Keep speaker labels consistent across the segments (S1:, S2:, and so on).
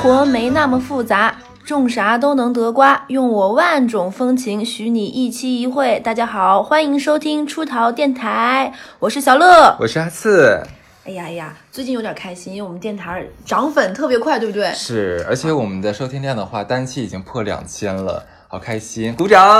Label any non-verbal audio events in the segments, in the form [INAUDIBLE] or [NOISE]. S1: 活没那么复杂，种啥都能得瓜。用我万种风情，许你一期一会。大家好，欢迎收听出逃电台，我是小乐。
S2: 我是阿次，
S1: 哎呀哎呀，最近有点开心，因为我们电台涨粉特别快，对不对？
S2: 是，而且我们的收听量的话，单期已经破两千了，好开心，嗯鼓掌！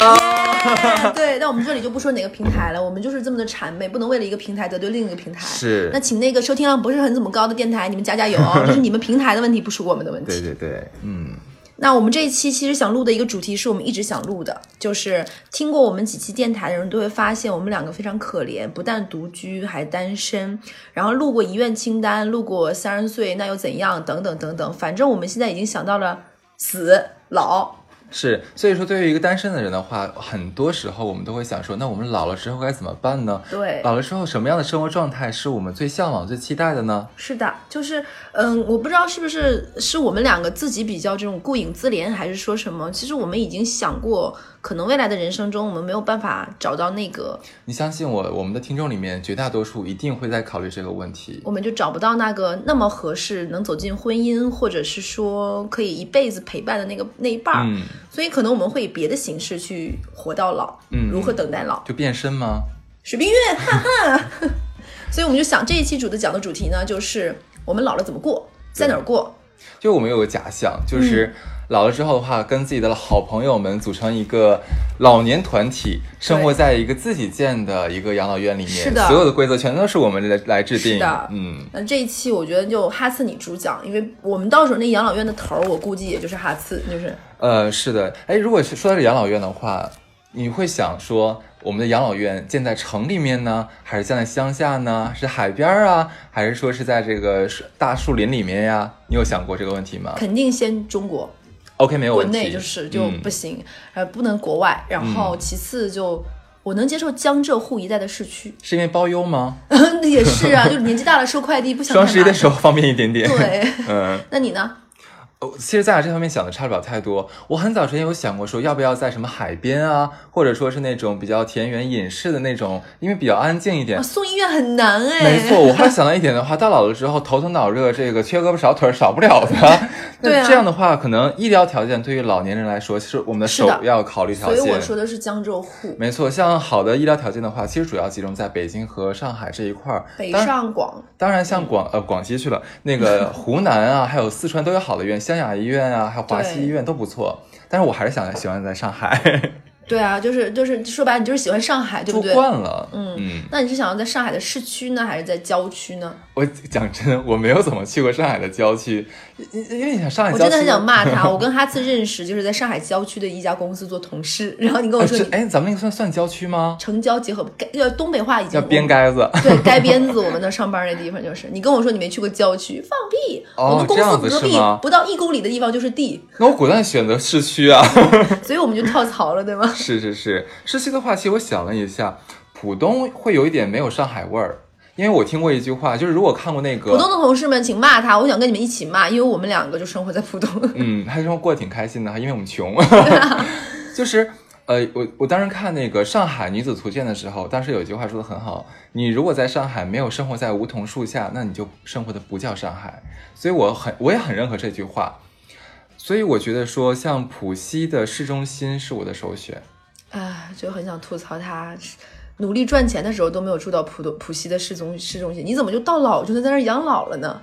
S1: [LAUGHS] 对，但我们这里就不说哪个平台了，我们就是这么的谄媚，不能为了一个平台得罪另一个平台。
S2: 是
S1: 那请那个收听量不是很怎么高的电台，你们加加 [LAUGHS] 油哦，这是你们平台的问题，不是我们的问题。
S2: 对对对，嗯，
S1: 那我们这一期其实想录的一个主题是我们一直想录的，就是听过我们几期电台的人都会发现，我们两个非常可怜，不但独居还单身。然后录过遗愿清单，录过三十岁那又怎样，等等等等，反正我们现在已经想到了死老。
S2: 是，所以说对于一个单身的人的话，很多时候我们都会想说，那我们老了之后该怎么办呢？
S1: 对，
S2: 老了之后什么样的生活状态是我们最向往、最期待的呢？
S1: 是的，就是嗯，我不知道是不是是我们两个自己比较这种顾影自怜，还是说什么？其实我们已经想过，可能未来的人生中，我们没有办法找到那个
S2: 你相信我，我们的听众里面绝大多数一定会在考虑这个问题。
S1: 我们就找不到那个那么合适能走进婚姻，或者是说可以一辈子陪伴的那个那一半儿，
S2: 嗯，
S1: 所以可能我们会以别的形式去活到老。
S2: 嗯
S1: 如何等待老？
S2: 就变身吗？
S1: 水
S2: [LAUGHS]
S1: 冰月，哈哈。 [LAUGHS] 所以我们就想这一期主的讲的主题呢，就是我们老了怎么过，在哪儿过？
S2: 就我们有个假想，
S1: 嗯
S2: 就是老了之后的话，跟自己的好朋友们组成一个老年团体，生活在一个自己建的一个养老院里面，
S1: 是的
S2: 所有的规则全都是我们来来制定。
S1: 是的
S2: 嗯，
S1: 那这一期我觉得就哈次你主讲，因为我们到时候那养老院的头儿，我估计也就是哈次，就是
S2: 呃，是的。哎，如果是说到这养老院的话，你会想说，我们的养老院建在城里面呢，还是建在乡下呢？是海边儿啊，还是说是在这个树大树林里面呀？你有想过这个问题吗
S1: 肯定先中国。
S2: ？OK，没有
S1: 国
S2: 问题。
S1: 内就是就
S2: 嗯
S1: 不行，呃，不能国外。然后其次就、我能接受江浙沪一带的市区， [LAUGHS]
S2: 是因为包邮吗？ [LAUGHS]
S1: 那也是啊，就年纪大了收快递不想
S2: 双十一的
S1: 候。
S2: 时候方便一点点。
S1: 对，
S2: [LAUGHS]
S1: [LAUGHS]
S2: 嗯。
S1: 那你
S2: [LAUGHS]
S1: 呢？
S2: 哦，其实咱俩这方面想的差不了太多。我很早之前有想过说，要不要在什么海边啊，或者说是那种比较田园隐士的那种，因为比较安静一点
S1: 啊，。送医院很难哎。
S2: 没错，我后来想到一点的话，到老了之后头疼脑热，这个缺胳膊少腿儿少不了
S1: [LAUGHS]
S2: 的。
S1: 对啊
S2: 那这样的话，可能医疗条件对于老年人来说是我们的
S1: 是
S2: 首
S1: 的
S2: 要考虑条
S1: 所以我
S2: 件。
S1: 说的是江浙沪、
S2: 没错，像好的医疗条件的话，其实主要集中在北京和上海这一块儿。
S1: 北
S2: 当然
S1: 上广，
S2: 当然，像广呃广西去了，那个湖南啊，还有四川都有好的医院，湘雅医院啊，还有华西医院都不错。但是我还是想喜欢在上海，
S1: 对啊，就是就是说白了，你就是喜欢上海，对不
S2: 住
S1: 对？
S2: 惯了。
S1: 嗯
S2: 嗯，
S1: 那你是想要在上海的市区呢，还是在郊区呢？
S2: 我讲真，我没有怎么去过上海的郊区，因因因为你想上海
S1: 我
S2: 郊
S1: 真
S2: 区，
S1: 的很想骂
S2: [LAUGHS]
S1: 他。我跟哈次认识，就是在上海郊区的一家公司做同事，然后你跟我
S2: 啊
S1: 说
S2: 这
S1: 你
S2: 哎，咱们那个算算郊区吗？
S1: 城郊结合，该要东北话已经
S2: 叫边街子。
S1: 对，街边子，我们那上班那地方就是。你跟我说你没去过郊区，放屁！
S2: 哦
S1: 我们公
S2: 这样
S1: 司
S2: 子
S1: 隔
S2: 是
S1: 壁
S2: 吗
S1: 不到一公里的地方就是地，
S2: 那我果断选择市区啊！
S1: 所以我们就跳槽了，对
S2: [LAUGHS]
S1: 吗？
S2: 是是是，市区的话，其实我想了一下，浦东会有一点没有上海味儿，因为我听过一句话，就是如果看过那个
S1: 浦东的同事们，请骂他，我想跟你们一起骂，因为我们两个就生活在浦东。 [LAUGHS]
S2: 嗯，他生活过得挺开心的，因 [LAUGHS] 为我们穷。就是呃，我我当时看那个《上海女子图鉴》的时候，当时有一句话说的很好：你如果在上海没有生活在梧桐树下，那你就生活的不叫上海。所以我很我也很认可这句话。所以我觉得说，像浦西的市中心是我的首选。
S1: 啊，就很想吐槽他，努力赚钱的时候都没有住到浦东浦西的市中市中心，你怎么就到老就能在那儿养老了呢？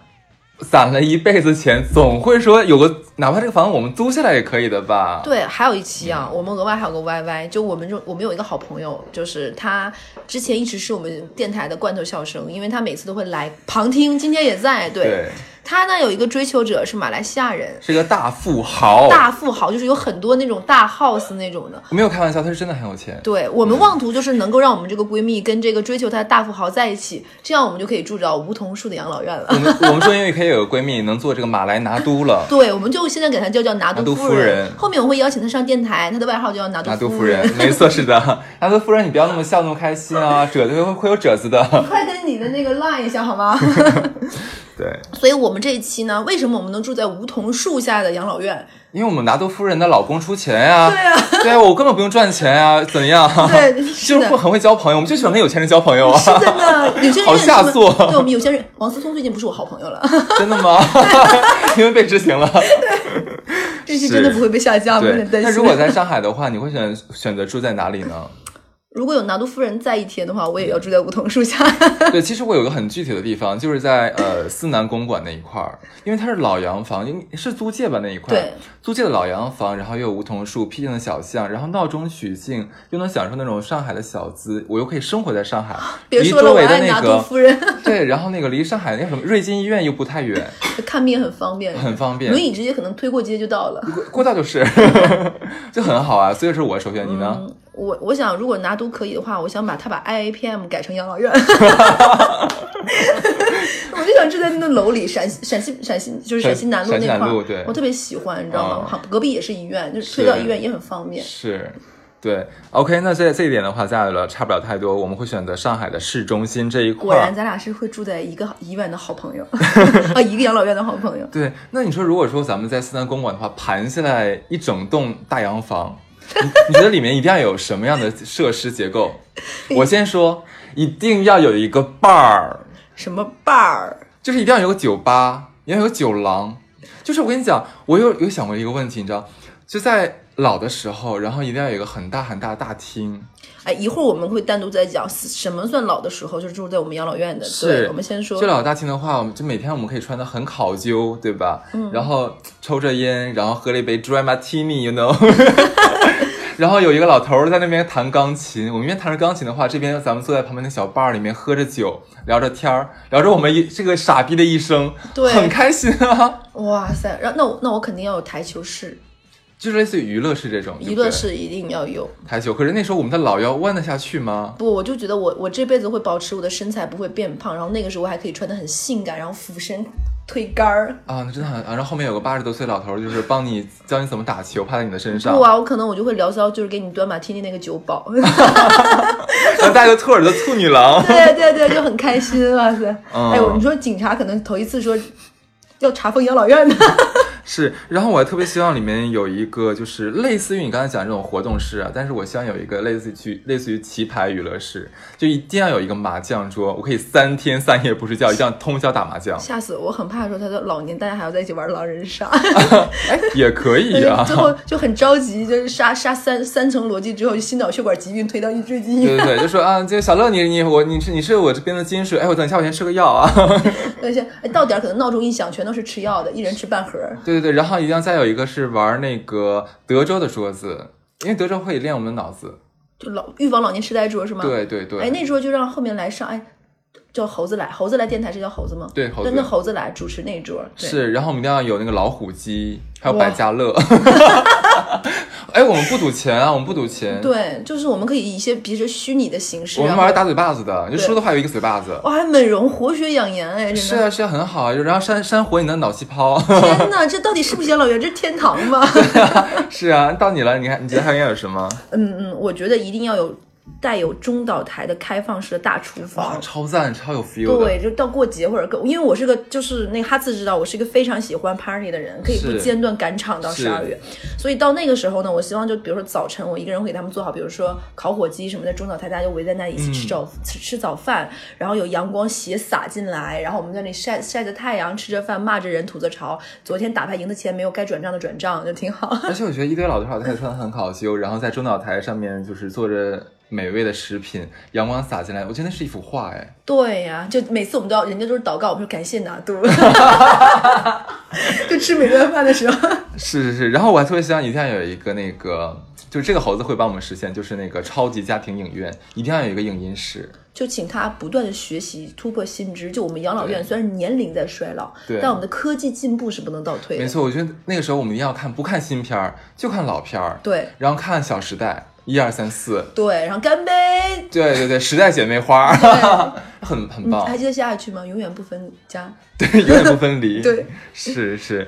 S2: 攒了一辈子钱，总会说有个，哪怕这个房子我们租下来也可以的吧？
S1: 对，还有一期
S2: 嗯
S1: 啊，我们额外还有个 YY，就我们就我们有一个好朋友，就是他之前一直是我们电台的罐头笑声，因为他每次都会来旁听，今天也在。对
S2: 对，
S1: 他呢有一个追求者是马来西亚人，
S2: 是个大富豪，
S1: 大富豪，就是有很多那种大 house 那种的。
S2: 我没有开玩笑，他是真的很有钱。
S1: 对我们妄图就是能够让我们这个闺蜜跟这个追求她的大富豪在一起，这样我们就可以住着梧桐树的养老院了。
S2: 我们我们说英语可以有个闺蜜能做这个马来拿督了，
S1: [LAUGHS] 对，我们就现在给她叫叫拿
S2: 拿
S1: 督
S2: 督
S1: 夫
S2: 夫
S1: 人。
S2: 人
S1: 后面我会邀请她上电台，她的外号就叫拿
S2: 拿督
S1: 夫
S2: 夫人，没错，是的， [LAUGHS] 拿督夫人，你不要那么笑那么开心啊，褶子会会有褶子的。
S1: [LAUGHS] 快跟你的那个 line 一下好吗？
S2: 对，
S1: 所以我们这一期呢，为什么我们能住在梧桐树下的养老院？
S2: [LAUGHS] 因为我们拿督夫人的老公出钱呀、
S1: 对啊，
S2: 对啊，我根本不用赚钱啊，怎样？ [LAUGHS]
S1: 对，
S2: 就是是
S1: 的
S2: 会。很会交朋友，我们就喜欢跟有钱人交朋友
S1: [LAUGHS]
S2: 啊，
S1: 是的呢，有些人
S2: 好
S1: 认识吗
S2: 下作
S1: [LAUGHS]
S2: [LAUGHS]
S1: 对我们有些人，王思聪最近不是我好朋友了，
S2: 真的吗？因为被执行了，
S1: 期真的不会被下架，我有
S2: 对
S1: 点，担
S2: 那
S1: 心。
S2: 如果在上海的话，你会选选择住在哪里呢？
S1: 如果有拿督夫人在一天的话，我也要住在梧桐树下。 [LAUGHS]
S2: 对，其实我有个很具体的地方，就是在呃思南公馆那一块儿，因为它是老洋房，因为是租界吧那一块儿，
S1: 对
S2: 租界的老洋房，然后又有梧桐树、僻静的小巷，然后闹中取静，又能享受那种上海的小资，我又可以生活在上海，
S1: 啊别
S2: 离
S1: 说了，我
S2: 周围的
S1: 爱拿
S2: 那
S1: 督
S2: 个
S1: 夫人， [LAUGHS]
S2: 对，然后那个离上海那个什么瑞金医院又不太远，
S1: 看病很方便，
S2: 很方便
S1: 轮，椅直接可能推过街就到了。
S2: 过过道就是 [LAUGHS] 就很好啊，所以说我首选你呢？
S1: 嗯，我我想，如果拿督可以的话，我想把他把 IAPM 改成养老院。 [LAUGHS] 我就想住在那楼里，陕西陕西陕西就是
S2: 陕
S1: 陕西南路
S2: 陕西
S1: 那
S2: 南
S1: 块
S2: 路
S1: 儿，
S2: 对
S1: 我特别喜欢，你知道吗？
S2: 嗯
S1: 好，隔壁也是医院，就是推
S2: 是
S1: 到医院也很方便。
S2: 是，对，OK，那这这一点的话，咱俩聊差不了太多，我们会选择上海的市中心这一
S1: 果
S2: 块儿
S1: 然，。咱俩是会住在一个医院的好朋友 [LAUGHS] 啊，一个养老院的好朋友。
S2: 对，那你说如果说咱们在四南公馆的话，盘下来一整栋大洋房，你你觉得里面一定要有什么样的设施结构？我先说，一定要有一个 bar，
S1: 什么伴儿？
S2: 就是一定要有个酒吧，也要有酒廊。就是我跟你讲，我有有想过一个问题，你知道，就在老的时候，然后一定要有一个很大很大的大厅，
S1: 哎，一会儿我们会单独再讲什么算老的时候，就是住在我们养老院的。
S2: 是
S1: 对，我们先说
S2: 就老大厅的话，我们就每天我们可以穿的很考究，对吧？嗯。然后抽着烟，然后喝了一杯 dry martini，you know 。 [LAUGHS] 然后有一个老头儿在那边弹钢琴，我们一边弹着钢琴的话，这边咱们坐在旁边的小 bar 里面喝着酒，聊着天儿，聊着我们一这个傻逼的一生，
S1: 对
S2: 很开心啊， [LAUGHS]
S1: 哇塞，然后那我那我肯定要有台球室，
S2: 就是类似于娱乐室这种
S1: 娱乐、
S2: 对
S1: 室一定要有。
S2: 不对台球。可是那时候我们的老腰弯得下去吗？
S1: 不，我就觉得我我这辈子会保持我的身材不会变胖，然后那个时候我还可以穿的很性感，然后俯身推杆儿。
S2: 啊，那真的很，啊然后后面有个八十多岁老头儿，就是帮你教你怎么打球，趴在你的身上
S1: 不，啊，我可能我就会聊骚，就是给你端马天天那个酒保。 [LAUGHS]
S2: 然后带个兔耳朵兔女郎。
S1: 对对对，就很开心，哇塞！
S2: 嗯
S1: 哎，我你说警察可能头一次说要查封养老院的，
S2: 是，然后我还特别希望里面有一个，就是类似于你刚才讲这种活动室啊，但是我希望有一个类似于类似于棋牌娱乐室，就一定要有一个麻将桌，我可以三天三夜不睡觉，一定要通宵打麻
S1: [LAUGHS] [LAUGHS]
S2: 将，
S1: 吓死我！我很怕说他的老年大家还要在一起玩狼人杀，。
S2: 哎，也可以啊
S1: [LAUGHS] 最后就很着急，就是杀杀三三层逻辑之后，就心脑血管疾病推到一最近医
S2: [LAUGHS]
S1: [LAUGHS]
S2: 对
S1: 院。
S2: 对对，就说啊，就小乐你你我你是你是我这边的金水，哎，我等一下我先吃个药啊。 [LAUGHS]
S1: 而且哎，到点儿可能闹钟一响，全都是吃药的，一人吃半盒儿。
S2: 对对对，然后一定要再有一个是玩那个德州的桌子，因为德州会练我们的脑子。
S1: 就老预防老年痴呆桌是吗？。
S2: 对对对，
S1: 哎，那桌就让后面来上，哎，叫猴子来，猴子来电台是叫猴子吗？
S2: 对猴子
S1: 那那猴子来主持那一桌，对，
S2: 是，然后我们一定要有那个老虎机，还有
S1: 哇
S2: 百
S1: [LAUGHS]
S2: 家乐。哎，我们不赌钱啊，我们不赌钱。，
S1: 对，啊就是我们可以以一些比较虚拟的形式，
S2: 我们
S1: 然后
S2: 玩打嘴巴子的，就输的话有一个嘴巴子。
S1: 哇，还美容活血养颜，哎，
S2: 是
S1: 哦真的，
S2: 啊，是啊，很好啊。然后扇扇活你的脑
S1: [LAUGHS]
S2: 细胞。
S1: 天哪，这到底是不是养老院？这是天堂吗？ [LAUGHS]
S2: 是啊，到你了，你看，你觉得还应该有什么？
S1: 嗯嗯，我觉得一定要有带有中岛台的开放式的大厨
S2: 哇，
S1: 房。
S2: 超赞，超有 feel 的。
S1: 对，就到过节或者更，因为我是个就是那个哈次知道，我是一个非常喜欢 party 的人，可以不
S2: 是
S1: 间断赶场到
S2: 是
S1: 十二月，所以到那个时候呢，我希望就比如说早晨我一个人会给他们做好，比如说烤火鸡什么的，中早台大家就围在那里一起
S2: 嗯
S1: 吃早、吃吃早饭，然后有阳光斜洒进来，然后我们在那里晒晒着太阳，吃着饭，骂着人，吐着槽。昨天打牌赢的钱没有该转账的转账，就挺好。 [LAUGHS]
S2: 而且我觉得一堆老头老太太穿的很考究，然后在中岛台上面就是做着美味的食品，阳光洒进来，我觉得那是一幅画哎。
S1: 对呀、就每次我们都要，人家都是祷告，我们说感谢拿督， [LAUGHS] 就吃每顿饭的时候。
S2: 是是是，然后我还特别希望一定要有一个那个，就是这个猴子会帮我们实现，就是那个超级家庭影院，一定要有一个影音室。
S1: 就请他不断的学习，突破新知。就我们养老院
S2: 对
S1: 虽然年龄在衰老
S2: 对，
S1: 但我们的科技进步是不能倒退的。
S2: 没，错，我觉得那个时候我们一定要看，不看新片儿，就看老片儿，
S1: 对
S2: 然后看《小时代》一二三
S1: [LAUGHS]
S2: 四，
S1: 对。然后干杯！
S2: 对对对，《时代姐妹花》 [LAUGHS] 很很
S1: 你
S2: 棒，
S1: 还记得下一句吗？永远不分家。
S2: 对，永远不分
S1: [LAUGHS]
S2: 离，
S1: 对，
S2: 是是。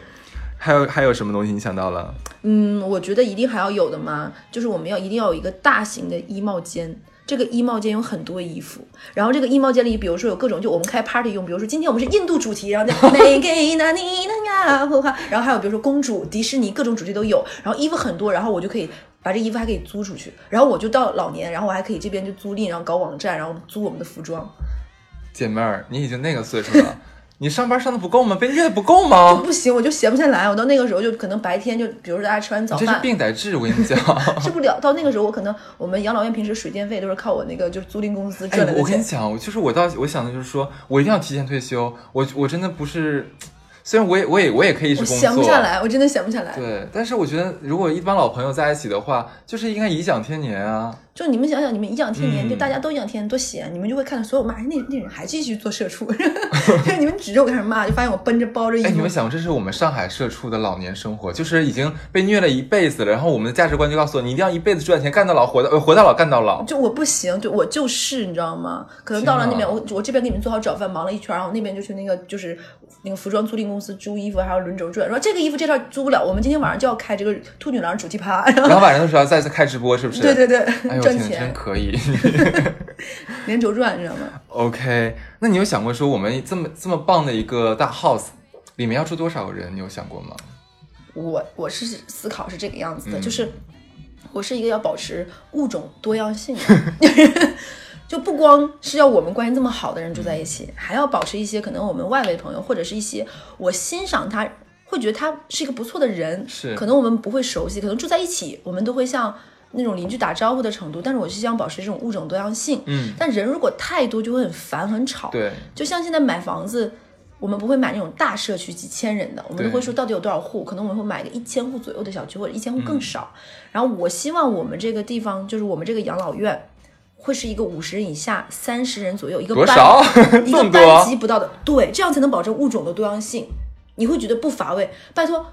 S2: 还有还有什么东西你想到了？
S1: 嗯，我觉得一定还要有的嘛，就是我们要一定要有一个大型的衣帽间。这个衣帽间有很多衣服，然后这个衣帽间里，比如说有各种，就我们开 party 用，比如说今天我们是印度主题，然后那那给那你那呀， [LAUGHS] 然后还有比如说公主、迪士尼各种主题都有，然后衣服很多，然后我就可以把这衣服还可以租出去，然后我就到老年，然后我还可以这边就租赁，然后搞网站，然后租我们的服装。 [LAUGHS]
S2: 姐妹儿，你已经那个岁数了，你上班上的不够吗？被虐的不够吗？
S1: 不行，我就闲不下来，我到那个时候就可能白天就，比如说大家吃完早
S2: 你这是
S1: 饭。
S2: 病得治，我跟你讲。
S1: 治不了，到那个时候我可能我们养老院平时水电费都是靠我那个就是租赁公司
S2: 哎
S1: 赚来，的
S2: 我跟
S1: 钱
S2: 你。讲，我就是我到我想的就是说，我一定要提前退休。我我真的不是，虽然我也我也我也可以一直
S1: 我
S2: 工作，
S1: 闲不下来，我真的闲不下来。
S2: 啊对，但是我觉得如果一帮老朋友在一起的话，就是应该颐养天年啊。
S1: 就你们想想，你们颐养天年，
S2: 嗯
S1: 就大家都颐养天年，多闲，你们就会看到所有骂哎那那人还继续做社
S2: [LAUGHS]
S1: 畜，就是你们指着我开始骂，就发现我奔着包着衣
S2: 哎，你
S1: 服
S2: 们，想，这是我们上海社畜的老年生活，就是已经被虐了一辈子了。然后我们的价值观就告诉我，你一定要一辈子赚钱，干到老，活到呃活到老，干到
S1: [LAUGHS]
S2: 老。
S1: 就我不行，就我就是你知道吗？可能
S2: 天
S1: 到了那
S2: 哪
S1: 边，我我这边给你们做好早饭，忙了一圈，然后那边就去那个就是那个服装租赁公司租衣服，还有轮轴转，说这个衣服这套租不了，我们今天晚上就要开这个兔女郎主题趴，然
S2: 然
S1: 后
S2: 后晚上的时候再次开直播，是不是？
S1: 对对对，
S2: 哎呦，我
S1: 赚
S2: 天哪，
S1: 钱
S2: 真可以。
S1: 连轴转，你知道吗？
S2: OK，那你有想过说我们这么这么棒的一个大 house 里面要住多少个人？你有想过吗？
S1: 我我是思考是这个样子的，
S2: 嗯
S1: 就是我是一个要保持物种多样性
S2: [LAUGHS]
S1: 的，就不光是要我们关系这么好的人住在一起，还要保持一些可能我们外围的朋友，或者是一些我欣赏他，会觉得他是一个不错的人，
S2: 是
S1: 可能我们不会熟悉，可能住在一起，我们都会像。那种邻居打招呼的程度，但是我是想保持这种物种多样性。
S2: 嗯
S1: 但人如果太多就会很烦很吵。
S2: 对，
S1: 就像现在买房子，我们不会买那种大社区几千人的，我们
S2: 对
S1: 都会说到底有多少户，可能我们会买个一千户左右的小区或者一千户
S2: 嗯
S1: 更少。然后我希望我们这个地方，就是我们这个养老院。会是一个五十人以下、三十人左右一个
S2: 多
S1: 班，
S2: 少 [LAUGHS]
S1: 一
S2: 这
S1: 个
S2: 么
S1: 班
S2: 多
S1: 级不到的，对，这样才能保证物种的多样性。你会觉得不乏味。拜托，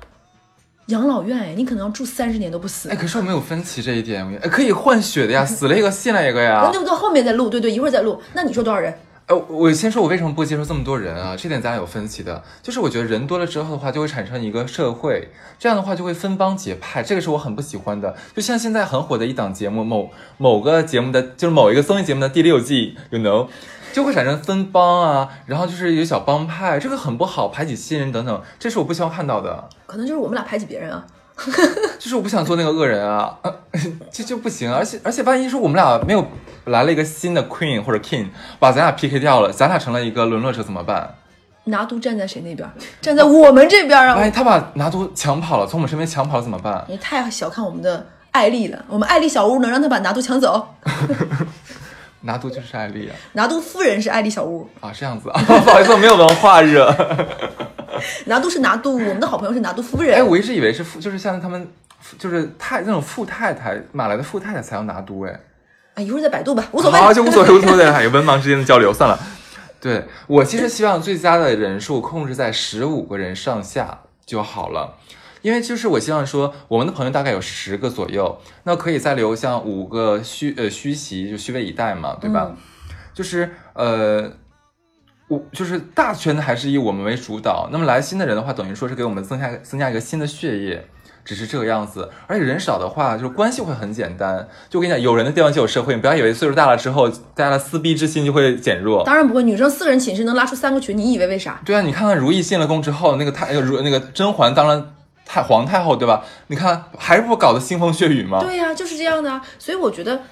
S1: 养老院哎，你可能要住三十年都不死。
S2: 哎，可是我没有分歧这一点，哎，可以换血
S1: [LAUGHS]
S2: 的呀，死了一个信了一个呀
S1: 那。就到后面再录，对对，一会儿再录。那你说多少人？
S2: 哎，我我先说，我为什么不接受这么多人啊？这点咱俩有分歧的，就是我觉得人多了之后的话，就会产生一个社会，这样的话就会分帮结派，这个是我很不喜欢的。就像现在很火的一档节目，某某个节目的，就是某一个综艺节目的第六季，you know，就会产生分帮啊，然后就是有小帮派，这个很不好，排挤新人等等，这是我不希望看到的，
S1: 可能就是我们俩排挤别人啊。
S2: 就是我不想做那个恶人啊，呃 [LAUGHS] 这就不行。而且而且，万一说我们俩没有来了一个新的 queen 或者 king，把咱俩 PK 掉了，咱俩成了一个沦落者怎么办？
S1: 拿督站在谁那边？站在我们这边啊！
S2: 万一他把拿督抢跑了，从我们身边抢跑了怎么办？
S1: 你太小看我们的艾丽了。我们艾丽小屋能让他把拿督抢走，
S2: 拿督就是艾丽啊，
S1: 拿督夫人是艾丽小屋，
S2: 啊这样子啊， [LAUGHS] 不好意思，我没有文化热。
S1: 拿督是拿督，我们的好朋友是拿督夫人。
S2: [LAUGHS] 哎，我一直以为是富，就是像他们，就是太那种富太太，马来的富太太才要拿督哎，
S1: 啊，一会儿再百度吧，无
S2: 无 [LAUGHS]
S1: 所谓。
S2: 就无所谓，无所谓，哎文盲之间的交流算了。对我其实希望最佳的人数控制在十五个人上下就好了。因为就是我希望说，我们的朋友大概有十个左右，那可以再留像五个虚呃虚席，就虚位以待嘛，对吧？
S1: 嗯
S2: 就是呃，我就是大圈子还是以我们为主导。那么来新的人的话，等于说是给我们增加增加一个新的血液，只是这个样子。而且人少的话，就是关系会很简单。就我跟你讲，有人的地方就有社会，你不要以为岁数大了之后，大家的撕逼之心就会减弱。
S1: 当然不会，女生四个人寝室能拉出三个群，你以为为啥？
S2: 对啊，你看看如懿进了宫之后，那个太呃如那个甄嬛当了太皇太后，对吧？你看还不搞得腥风血雨吗？
S1: 对呀、就是这样的啊。所以我觉得，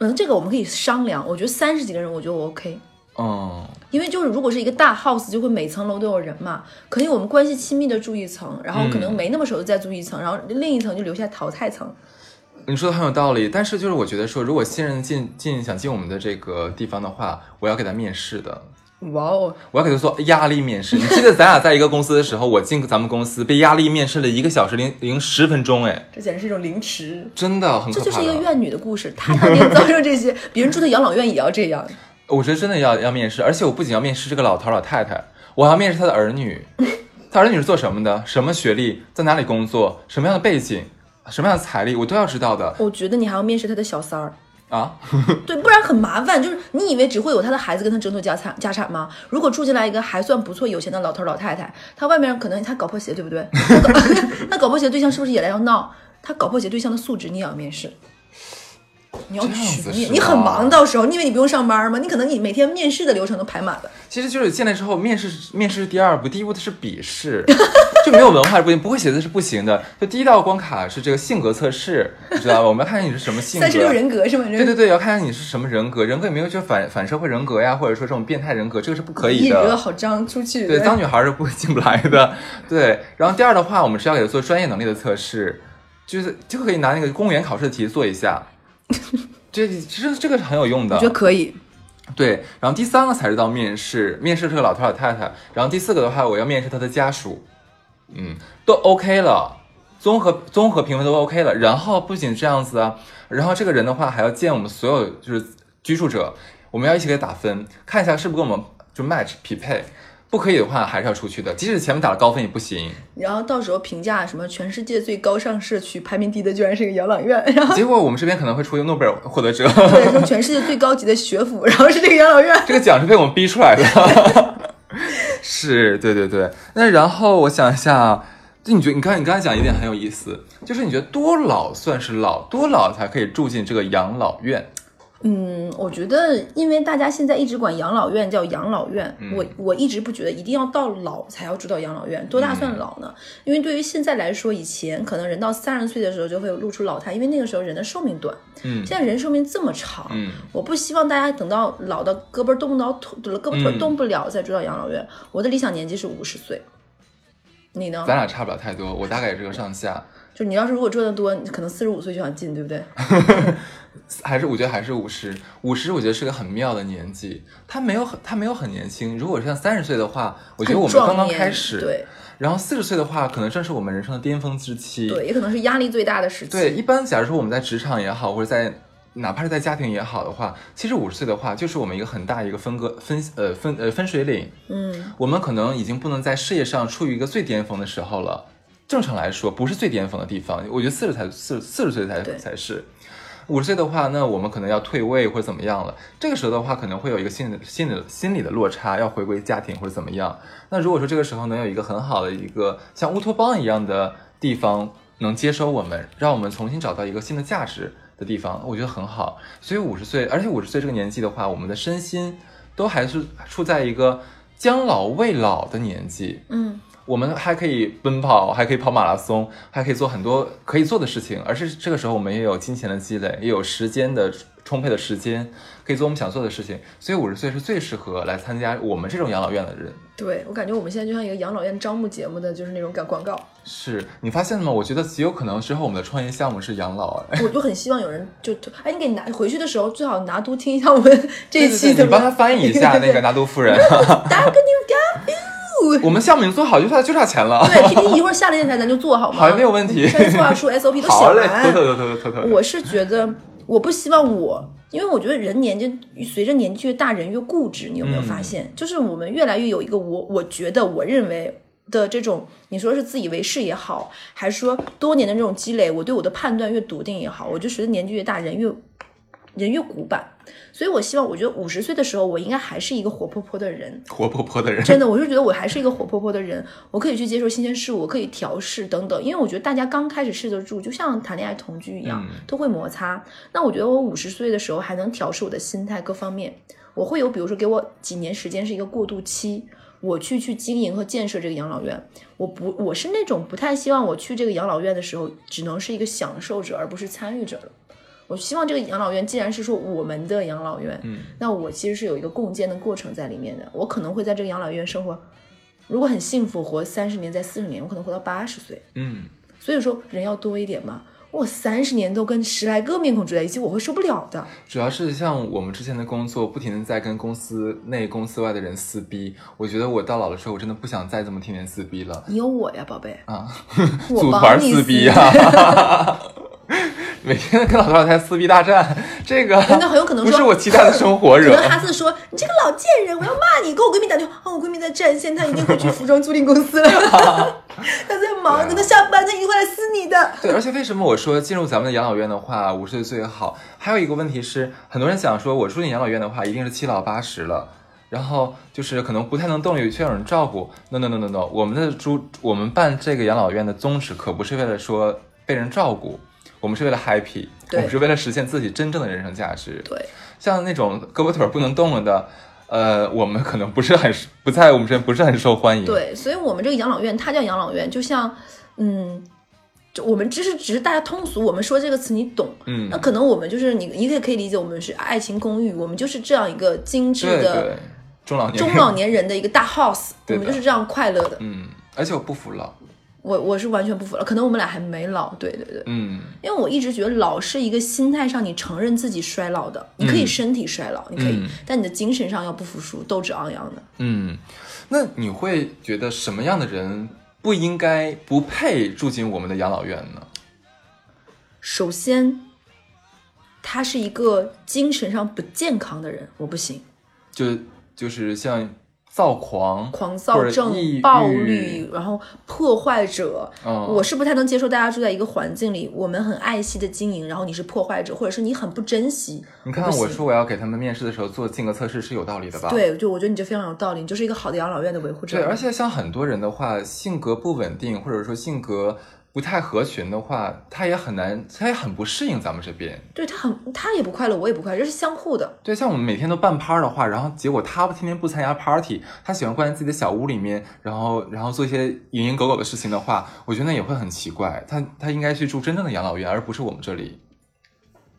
S1: 嗯，这个我们可以商量。我觉得三十几个人，我觉得我 OK。
S2: 嗯，
S1: 因为就是如果是一个大 house，就会每层楼都有人嘛，可能我们关系亲密的住一层，然后可能
S2: 嗯
S1: 没那么熟的再住一层，然后另一层就留下淘汰层。
S2: 你说的很有道理，但是就是我觉得说，如果新人进进想进我们的这个地方的话，我要给他面试的。
S1: 哇哦，
S2: 我要给他说压力面试。你记得咱俩在一个公司的时候，我进咱们公司被压力面试了一个小时零零十分钟，哎，
S1: 这简直是一种凌迟。
S2: 真的很可
S1: 这
S2: 怕
S1: 就是一个
S2: 的。
S1: 怨女的故事，她当年遭受这些，别人住的养老院也要这样。
S2: 我觉得真的要要面试，而且我不仅要面试这个老头老太太，我还要面试他的儿女。他儿女是做什么的？什么学历？在哪里工作？什么样的背景？什么样的财力？我都要知道的
S1: 我觉得你还要面试她的小三儿，
S2: 啊！
S1: 对，不然很麻烦。就是你以为只会有她的孩子跟她争夺家产家产吗？如果住进来一个还算不错有钱的老头儿老太太，他外面可能他搞破鞋，对不对？他搞 [LAUGHS] 他搞破鞋对象是不是也来要闹？他搞破鞋对象的素质你也要面试，你要
S2: 这样
S1: 去
S2: 子
S1: 面，
S2: 是
S1: 你很
S2: 吧
S1: 忙，到时候你以为你不用上班吗？你可能你每天面试的流程都排满了。
S2: 其实就是进来之后，面试面试是第二步，第一步的是笔试， [LAUGHS] 就没有文化是不行，不会写字是不行的。就第一道关卡是这个性格测试，你知道吧？我们要看看你是什么
S1: [LAUGHS]
S2: 性格。
S1: 三十六人格是吗？
S2: 对对对，要看看你是什么人格，人格有没有就反反社会人格呀，或者说这种变态人格，这个是不可以
S1: [LAUGHS] 你觉得
S2: 的。
S1: 好脏，出去。
S2: 对，当女孩儿是不会进不来的。对，然后第二的话，我们是要给她做专业能力的测试，就是就可以拿那个公务员考试的题做
S1: [LAUGHS]
S2: 一下。这其实这个是很有用的。
S1: 我觉得可以。
S2: 对，然后第三个才是到面试，面试是个老头老太太。然后第四个的话，我要面试他的家属，嗯，都 OK 了，综合综合评分都 OK 了。然后不仅这样子啊，然后这个人的话还要见我们所有就是居住者，我们要一起给他打分，看一下是不是跟我们就 match 匹配。不可以的话，还是要出去的，即使前面打了高分也不行。
S1: 然后到时候评价什么全世界最高尚社区，排名第一的居然是个养老院， [LAUGHS] 然后
S2: 结果我们这边可能会出一个诺贝尔获得者，
S1: 对说全世界最高级的学府， [LAUGHS] 然后是这个养老院。
S2: 这个奖是被我们逼出来的。 [LAUGHS] 是，对对对。那然后我想一下，啊就你觉得你刚你刚才讲一点很有意思，就是你觉得多老算是老，多老才可以住进这个养老院？
S1: 嗯，我觉得因为大家现在一直管养老院叫养老院，我我一直不觉得一定要到老才要住到养老院，多大算老呢？因为对于现在来说，以前可能人到三十岁的时候就会露出老态，因为那个时候人的寿命短，
S2: 嗯
S1: 现在人寿命这么长，
S2: 嗯，
S1: 我不希望大家等到老到胳膊动不到腿，胳膊腿
S2: 嗯
S1: 动不了再住到养老院。我的理想年纪是五十岁，你呢？
S2: 咱俩差不了太多，我大概也这个上下， [LAUGHS]
S1: 就你要是如果赚得多，你可能四十五岁就想进，对不对？
S2: 还是我觉得还是五十，五十我觉得是个很妙的年纪，他没有很他没有很年轻。如果像三十岁的话，我觉得我们
S1: 很壮
S2: 刚刚
S1: 年
S2: 开始，，
S1: 对
S2: 然后四十岁的话，可能正是我们人生的巅峰之期，
S1: 对，也可能是压力最大的时期。
S2: 对，一般假如说我们在职场也好，或者在哪怕是在家庭也好的话，其实五十岁的话，就是我们一个很大一个分割分呃分呃分水岭。
S1: 嗯，
S2: 我们可能已经不能在事业上处于一个最巅峰的时候了。正常来说，不是最巅峰的地方，我觉得四十才四四十岁才
S1: 对
S2: 才是。五十岁的话，那我们可能要退位或者怎么样了。这个时候的话，可能会有一个心理心理心理的落差，要回归家庭或者怎么样。那如果说这个时候能有一个很好的一个像乌托邦一样的地方能接收我们，让我们重新找到一个新的价值的地方，我觉得很好。所以五十岁，而且五十岁这个年纪的话，我们的身心都还是处在一个将老未老的年纪。
S1: 嗯，
S2: 我们还可以奔跑，还可以跑马拉松，还可以做很多可以做的事情，而是这个时候我们也有金钱的积累，也有时间的充沛的时间，可以做我们想做的事情。所以五十岁是最适合来参加我们这种养老院的人。
S1: 对我感觉我们现在就像一个养老院招募节目的，就是那种广广告。
S2: 是你发现了吗？我觉得极有可能之后我们的创业项目是养老，哎，
S1: 我就很希望有人就哎，你给你拿回去的时候最好拿督听一下我们这一期
S2: 对对对
S1: 怎么
S2: 你帮
S1: 样
S2: 他翻译一下那个拿督夫 [LAUGHS] 人。
S1: 打个牛干
S2: 我们项目已经做好，就差就差钱了。
S1: [LAUGHS] 对，婷婷一会儿下了电台咱就做好吗？
S2: 好没有问题
S1: 算策划书 SOP 都写
S2: [LAUGHS] 好嘞，
S1: 完
S2: 妥。妥妥妥妥妥。
S1: 我是觉得，我不希望我，因为我觉得人年纪随着年纪越大，人越固执。你有没有
S2: 嗯
S1: 发现？就是我们越来越有一个我，我觉得我认为的这种，你说是自以为是也好，还是说多年的这种积累，我对我的判断越笃定也好，我就随着年纪越大，人越人越古板。所以我希望，我觉得五十岁的时候，我应该还是一个活泼泼的人。
S2: 活泼泼的人，
S1: 真的，我是觉得我还是一个活泼泼的人，我可以去接受新鲜事物，我可以调试等等。因为我觉得大家刚开始试得住，就像谈恋爱同居一样，都会摩擦。那我觉得我五十岁的时候还能调试我的心态各方面，我会有比如说给我几年时间是一个过渡期。我去去经营和建设这个养老院，我不我是那种不太希望我去这个养老院的时候，只能是一个享受者而不是参与者了。我希望这个养老院既然是说我们的养老院，
S2: 嗯，
S1: 那我其实是有一个共建的过程在里面的。我可能会在这个养老院生活，如果很幸福，活三十年，在四十年，我可能活到八十岁。
S2: 嗯，
S1: 所以说人要多一点嘛。我三十年都跟十来个面孔住在一起，我会受不了的。
S2: 主要是像我们之前的工作，不停的在跟公司内、公司外的人撕逼。我觉得我到老的时候，我真的不想再这么天天撕逼了
S1: 你有我呀，宝贝，
S2: 啊！
S1: 我
S2: 组
S1: 帮
S2: 团
S1: 你
S2: 撕逼啊！ [LAUGHS] 每天跟老头老太太撕逼大战，这个
S1: 哎那很有可能
S2: 不
S1: 说
S2: 是我期待的生活
S1: 可
S2: 惹
S1: 能。哈斯说你这个老贱人，我要骂你。给我闺蜜打电话，啊，我闺蜜在战线，她一定会去服装租赁公司了，她在忙，等她下班，她一定会来撕你的。
S2: 对，而且为什么我说进入咱们的养老院的话，五十岁最好？还有一个问题是，很多人想说，我住进养老院的话，一定是七老八十了，然后就是可能不太能动，有需要有人照顾。No No No No No，我们的住我们办这个养老院的宗旨可不是为了说被人照顾，我们是为了 happy。我
S1: 对
S2: 们是为了实现自己真正的人生价值。
S1: 对，
S2: 像那种胳膊腿儿不能动了的，呃，我们可能不是很不在我们身边不是很受欢迎。，
S1: 对，所以我们这个养老院，它叫养老院，就像，嗯，就我们只是只是大家通俗，我们说这个词你懂，
S2: 嗯
S1: 那，可能我们就是你，你也可以理解我们是《爱情公寓》，我们就是这样一个精致
S2: 对
S1: 的
S2: 对，中老年
S1: 中
S2: 人，
S1: 老年人的一个大 house，我
S2: [LAUGHS] 对的
S1: 们就是这样快乐的。
S2: 嗯，而且我不服老，
S1: 我我是完全不服了，可能我们俩还没老，对对对，
S2: 嗯
S1: 因为我一直觉得老是一个心态上你承认自己衰老的，你可以
S2: 嗯
S1: 身体衰老，你可以
S2: 嗯，
S1: 但你的精神上要不服输，斗志昂扬的。
S2: 嗯，那你会觉得什么样的人不应该不配住进我们的养老院呢？
S1: 首先，他是一个精神上不健康的人，我不行，
S2: 就就是像躁狂，
S1: 狂
S2: 或
S1: 躁
S2: 者抑
S1: 症、
S2: 郁
S1: 暴力，然后破坏者，
S2: 嗯，
S1: 我是不太能接受大家住在一个环境里，我们很爱惜的经营，然后你是破坏者，或者是你很不珍惜。
S2: 你看
S1: 不行
S2: 我说我要给他们面试的时候做性格测试是有道理的吧？。
S1: 对，就我觉得你这非常有道理，你就是一个好的养老院的维护者。
S2: 对，而且像很多人的话，性格不稳定，或者说性格不太合群的话，他也很难，他也很不适应咱们这边。
S1: 对他很，他也不快乐，我也不快乐，这是相互
S2: [LAUGHS]
S1: 的。
S2: 对，像我们每天都办趴儿的话，然后结果他天天不参加 party，他喜欢关在自己的小屋里面，然后然后做一些蝇营狗苟的事情的话，我觉得那也会很奇怪。他他应该去住真正的养老院，而不是我们这里。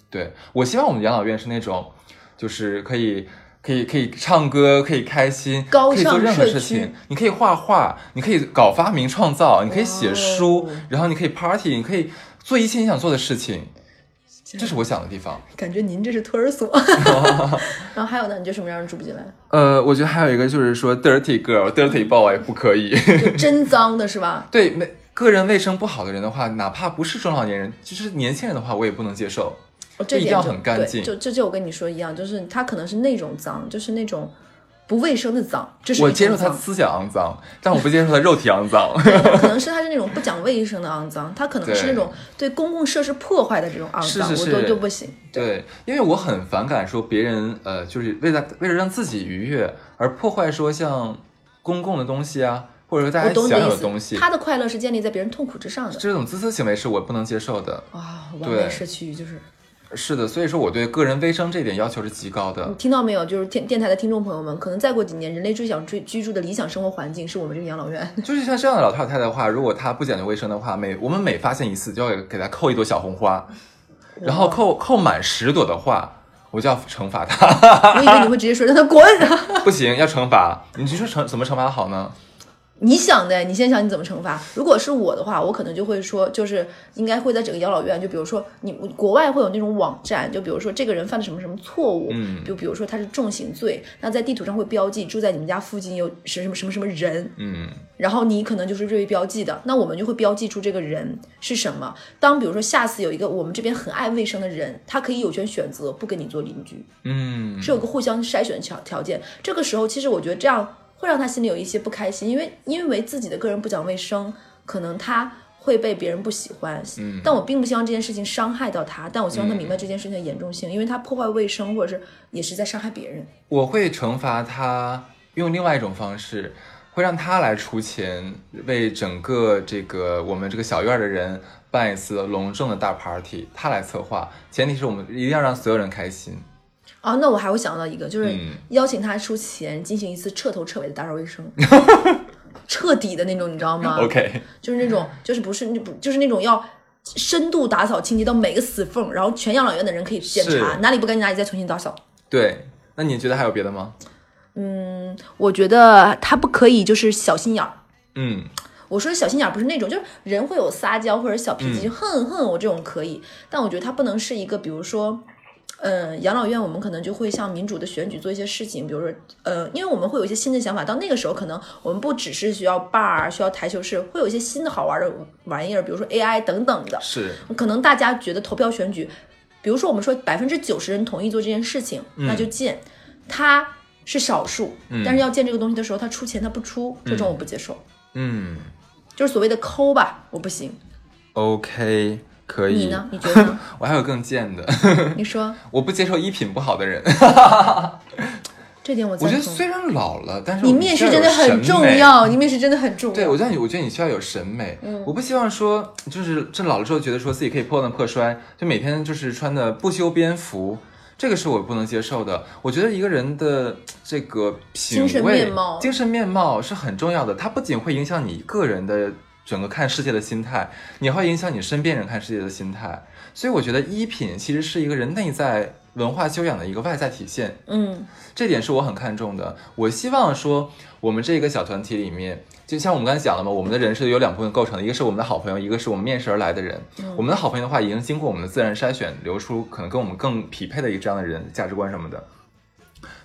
S2: 对我希望我们的养老院是那种，就是可以。可以可以唱歌，可以开心，
S1: 高
S2: 可以做
S1: 尚
S2: 任何
S1: 社
S2: 事
S1: 区
S2: 情。你可以画画，你可以搞发明创造，你可以写书
S1: 哇哦，
S2: 然后你可以 party，你可以做一切你想做的事情。这是我想的地方。
S1: 感觉您这是托儿
S2: [LAUGHS]
S1: 所。然后还有呢，你觉得什么让人住不进来？
S2: 呃，我觉得还有一个就是说，dirty girl、dirty boy 不可以。 [LAUGHS]
S1: 就真脏的是吧？
S2: 对，没个人卫生不好的人的话，哪怕不是中老年人，就是年轻人的话，我也不能接受。
S1: 哦这
S2: 一定
S1: 点
S2: 要
S1: 就
S2: 很干
S1: 对
S2: 净
S1: 就这就我跟你说一样，就是他可能是那种脏，就是那种不卫生的脏，这是
S2: 我
S1: 一种
S2: 接受他
S1: 脏
S2: 思想肮脏，但我不接受他肉体肮脏。 [LAUGHS]
S1: 可能是他是那种不讲卫生的肮脏，他可能是那种对公共设施破坏的这种肮脏，
S2: 是是是
S1: 我都都不行。
S2: 对，因为我很反感说别人呃，就是为了为了让自己愉悦而破坏说像公共的东西啊，或者说大
S1: 我
S2: 家
S1: 懂你
S2: 享有
S1: 的
S2: 的东
S1: 意思，
S2: 西，
S1: 他的快乐是建立在别人痛苦之上的。
S2: 这种自私行为是我不能接受的。
S1: 啊，完
S2: 对
S1: 美社区就是，
S2: 是的，所以说我对个人卫生这一点要求是极高
S1: 你
S2: 的。
S1: 听到没有？就是电电台的听众朋友们，可能再过几年，人类最想追居住的理想生活环境是我们这个养老院。 [LAUGHS]
S2: 就是像这样的老太太的话，如果她不讲究卫生的话，每我们每发现一次就要给她扣一朵小红花，然后扣扣满十朵的话，我就要惩罚她。
S1: 我以为你会直接说让他滚。
S2: 不行，要惩罚。你就说惩怎么惩罚好呢？
S1: 你想的，你先想你怎么惩罚。如果是我的话，我可能就会说，就是应该会在整个养老院，就比如说你国外会有那种网站，就比如说这个人犯了什么什么错误，
S2: 嗯
S1: 就比如说他是重刑罪，那在地图上会标记住在你们家附近有什么什么什么人，
S2: 嗯，
S1: 然后你可能就是瑞标记的，那我们就会标记出这个人是什么。当比如说下次有一个我们这边很爱卫生的人，他可以有权选择不跟你做邻居，
S2: 嗯，
S1: 是有个互相筛选条条件。这个时候，其实我觉得这样会让他心里有一些不开心，因为因为自己的个人不讲卫生，可能他会被别人不喜欢。嗯，但我并不希望这件事情伤害到他，但我希望他明白这件事情的严重性，因为他破坏卫生，或者是也是在伤害别人。
S2: 我会惩罚她用另外一种方式，会让她来出钱为整个这个我们这个小院儿的人办一次隆重的大 party，她来策划，前提是我们一定要让所有人开心。
S1: 啊，那我还会想到一个，就是
S2: 嗯
S1: 邀请他出钱进行一次彻头彻尾的打扫卫生，彻底的那种，你知道吗
S2: OK，
S1: 就是那种，就是不是不就是那种要深度打扫清洁到每个死缝，然后全养老院的人可以检查
S2: 是
S1: 哪里不干净，哪里再重新打扫。
S2: 对，那你觉得还有别的吗？
S1: 我觉得他不可以就是小心眼儿。
S2: 嗯
S1: 我说小心眼儿不是那种，就是人会有撒娇或者小脾气，就哼哼我这种可以，但我觉得他不能是一个，比如说。嗯，养老院我们可能就会像民主的选举做一些事情，比如说，呃，因为我们会有一些新的想法，到那个时候可能我们不只是需要 bar，需要台球室，会有一些新的好玩的玩意儿，比如说 AI 等等的。
S2: 是，
S1: 可能大家觉得投票选举，比如说我们说百分之九十人同意做这件事情，
S2: 嗯
S1: 那就建，他是少数，但是要建这个东西的时候，他出钱他不出，这种我不接受，
S2: 嗯
S1: 就是所谓的抠吧，我不行。
S2: ，OK，可以。
S1: 你呢？你觉得呢？ [LAUGHS]
S2: 我还有更贱的， [LAUGHS]
S1: 你说
S2: 我不接受衣品不好的人。
S1: 这点我
S2: 我
S1: 赞
S2: 觉得
S1: 同。
S2: 虽然老了，但是
S1: 你
S2: 我们
S1: 面试
S2: 需要
S1: 真的
S2: 有审
S1: 很重
S2: 美。
S1: 要，你面试真的很重要。
S2: 对，我觉得你，我觉得你需要有审美。
S1: 嗯
S2: 我不希望说，就是这老了之后觉得说自己可以破烂破摔，就每天就是穿的不修边幅，这个是我不能接受的。我觉得一个人的这个品味、
S1: 精神面貌
S2: 精神面貌是很重要的，它不仅会影响你个人的整个看世界的心态，也会影响你身边人看世界的心态。所以我觉得衣品其实是一个人内在文化修养的一个外在体现。
S1: 嗯
S2: 这点是我很看重的。我希望说，我们这个小团体里面，就像我们刚才讲了嘛，我们的人是由两部分构成的，一个是我们的好朋友，一个是我们面试而来的人。
S1: 嗯
S2: 我们的好朋友的话，已经经过我们的自然筛选，留出可能跟我们更匹配的一个这样的人，价值观什么的。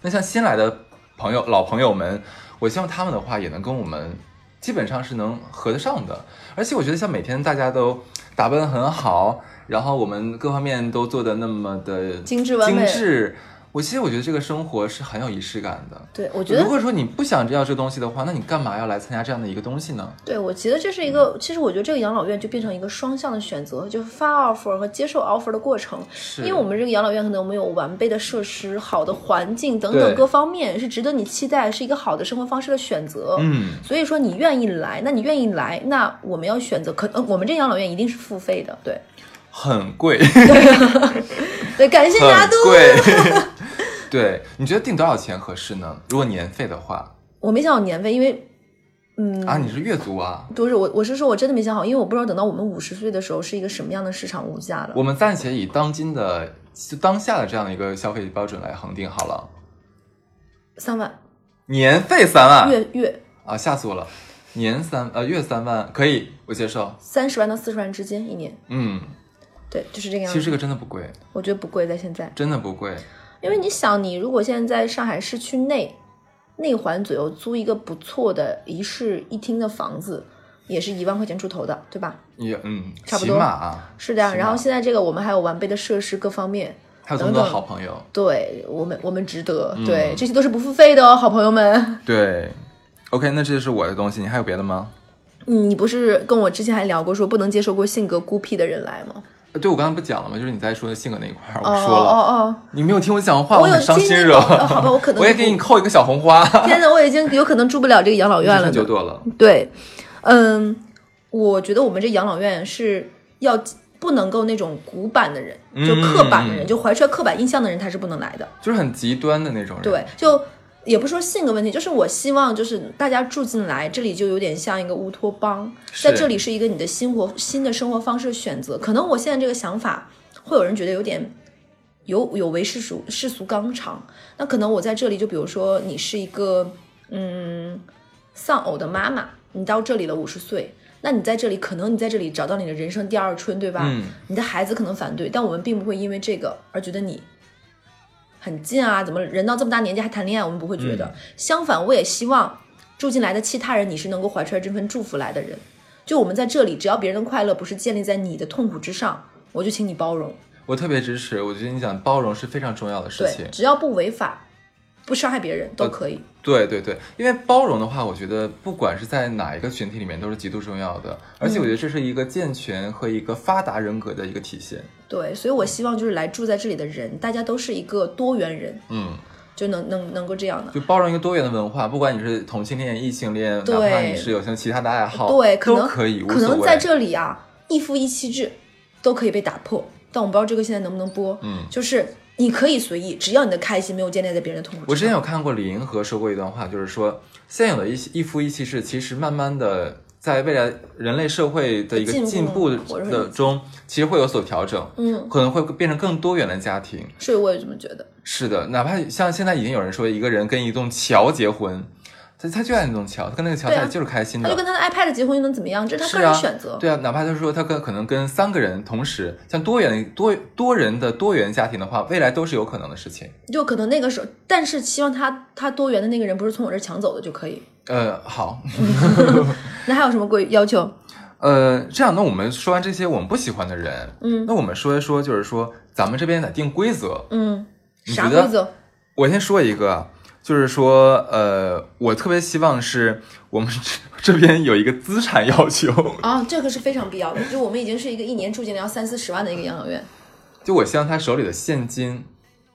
S2: 那像新来的朋友、老朋友们，我希望他们的话也能跟我们基本上是能合得上的。而且我觉得像每天大家都打扮得很好，然后我们各方面都做的那么的
S1: 精致完美
S2: 精致。我其实我觉得这个生活是很有仪式感的。
S1: 对，我觉得
S2: 如果说你不想要这东西的话，那你干嘛要来参加这样的一个东西呢？
S1: 对，我觉得这是一个，其实我觉得这个养老院就变成一个双向的选择，就是发 offer 和接受 offer 的过程。
S2: 是
S1: 因为我们这个养老院可能我们有完备的设施、好的环境等
S2: 对
S1: 等各方面，是值得你期待，是一个好的生活方式的选择。
S2: 嗯，
S1: 所以说你愿意来，那你愿意来，那我们要选择，可能我们这个养老院一定是付费的，
S2: [LAUGHS]
S1: 对
S2: 很贵，
S1: 对，感谢拿
S2: 很
S1: 督。
S2: 贵。 [LAUGHS] 对，你觉得定多少钱合适呢？如果年费的话，
S1: 我没想好年费，因为
S2: 啊，
S1: 嗯
S2: 你是月租啊？
S1: 不是我，我是说我真的没想好，因为我不知道等到我们五十岁的时候是一个什么样的市场物价了。
S2: 我们暂且以当今的就当下的这样的一个消费标准来恒定好了，
S1: 三万
S2: 年费三万
S1: 月月
S2: 啊，吓死我了，年三呃月三万可以，我接受，
S1: 三十万到四十万之间一年，
S2: 嗯，
S1: 对，就是这个样
S2: 其
S1: 子
S2: 实。这个真的不贵，
S1: 我觉得不贵，在现在，
S2: 真的不贵，
S1: 因为你想，你如果现在在上海市区内内环左右租一个不错的一室一厅的房子，也是一万块钱出头的，对吧？
S2: 也嗯，
S1: 差不
S2: 起
S1: 多
S2: 码啊，
S1: 是的呀。
S2: 起码
S1: 然后现在这个我们还有完备的设施，各方面，
S2: 还有这么
S1: 等
S2: 多
S1: 等
S2: 好朋友，
S1: 对我们我们值得。
S2: 嗯
S1: 对，这些都是不付费的哦，好朋友们。 [LAUGHS]
S2: 对，OK，那这就是我的东西，你还有别的吗？
S1: 你不是跟我之前还聊过说不能接受过性格孤僻的人来吗？
S2: 呃对，我刚才不讲了吗？就是你在说的性格那一块儿，我
S1: 哦
S2: 说了，
S1: 哦
S2: 你没有听我讲话，
S1: 哦，
S2: 我
S1: 有
S2: 很伤
S1: 经
S2: 心
S1: 历
S2: 惹。
S1: 过，哦好吧，我可能
S2: [LAUGHS] 我也
S1: 不
S2: 给你扣一个小红花，
S1: 天呐，我已经有可能住不了这个养老院了
S2: [LAUGHS]
S1: 呢。
S2: 九朵了，
S1: 对，嗯，我觉得我们这养老院是要不能够那种古板的人，就刻板的人，
S2: 嗯
S1: 就怀揣刻板印象的人，他是不能来的。
S2: 就是很极端的那种人，
S1: 对，就也不是说性格问题，就是我希望就是大家住进来，这里就有点像一个乌托邦，
S2: 是
S1: 在这里是一个你的新活新的生活方式的选择。可能我现在这个想法，会有人觉得有点。有有违世俗世俗纲常，那可能我在这里就比如说你是一个嗯丧偶的妈妈，你到这里了五十岁，那你在这里可能你在这里找到你的人生第二春，对吧？
S2: 嗯
S1: 你的孩子可能反对，但我们并不会因为这个而觉得你很近啊，怎么人到这么大年纪还谈恋爱，我们不会觉得。
S2: 嗯
S1: 相反，我也希望住进来的其他人，你是能够怀揣这份祝福来的人。就我们在这里，只要别人的快乐不是建立在你的痛苦之上，我就请你包容。
S2: 我特别支持，我觉得你讲包容是呃非常重要的事
S1: 对
S2: 情，。
S1: 只要不违法，不伤害别人都可以。
S2: 对对对，因为包容的话，我觉得不管是在哪一个群体里面都是极度重要的，而
S1: 嗯
S2: 且我觉得这是一个健全和一个发达人格的一个体现。
S1: 对，所以我希望就是来住在这里的人，大家都是一个多元人，
S2: 嗯，
S1: 就能能能够这样的。
S2: 就包容一个多元的文化，不管你是同性恋、异性恋，哪
S1: 对
S2: 怕你是有些其他的爱好，
S1: 对，可
S2: 都
S1: 能
S2: 可以，无
S1: 可
S2: 所
S1: 能在
S2: 谓。
S1: 这里啊，一夫一妻制都可以被打破，但我不知道这个现在能不能播。
S2: 嗯
S1: 就是你可以随意，只要你的开心没有建立在别人的痛苦
S2: 我之前
S1: 上。
S2: 有看过李银河说过一段话，就是说现有的一一夫一妻制，其实慢慢的在未来人类社会的一个
S1: 进步
S2: 进步
S1: 或者
S2: 的
S1: 说
S2: 中，其实会有所调整，
S1: 嗯，
S2: 可能会变成更多元的家庭。
S1: 所以我也这么觉得。
S2: 是的，哪怕像现在已经有人说一个人跟一栋桥结婚，他他就爱那栋桥，他跟那个桥
S1: 对啊
S2: 在就是开心
S1: 他
S2: 的。
S1: 就跟他的 iPad 结婚又能怎么样？这是他
S2: 嗯是
S1: 个人
S2: 啊，
S1: 选择。
S2: 对啊，哪怕他说他跟可能跟三个人同时，像多元多多人的多元家庭的话，未来都是有可能的事情。
S1: 就可能那个时候，但是希望他他多元的那个人不是从我这儿抢走的就可以。
S2: 呃，好，
S1: 嗯那还有什么规要求？
S2: 呃，这样，那我们说完这些我们不喜欢的人，
S1: 嗯
S2: 那我们说一说，就是说咱们这边得定规则。
S1: 嗯，
S2: 你
S1: 啥
S2: 觉得
S1: 规则？
S2: 我先说一个，就是说，呃，我特别希望是我们这这边有一个资产要求， [LAUGHS]
S1: 啊，这个是非常必要的。就我们已经是一个一年住进来要三四十万的一个养老院，
S2: 就我希望他手里的现金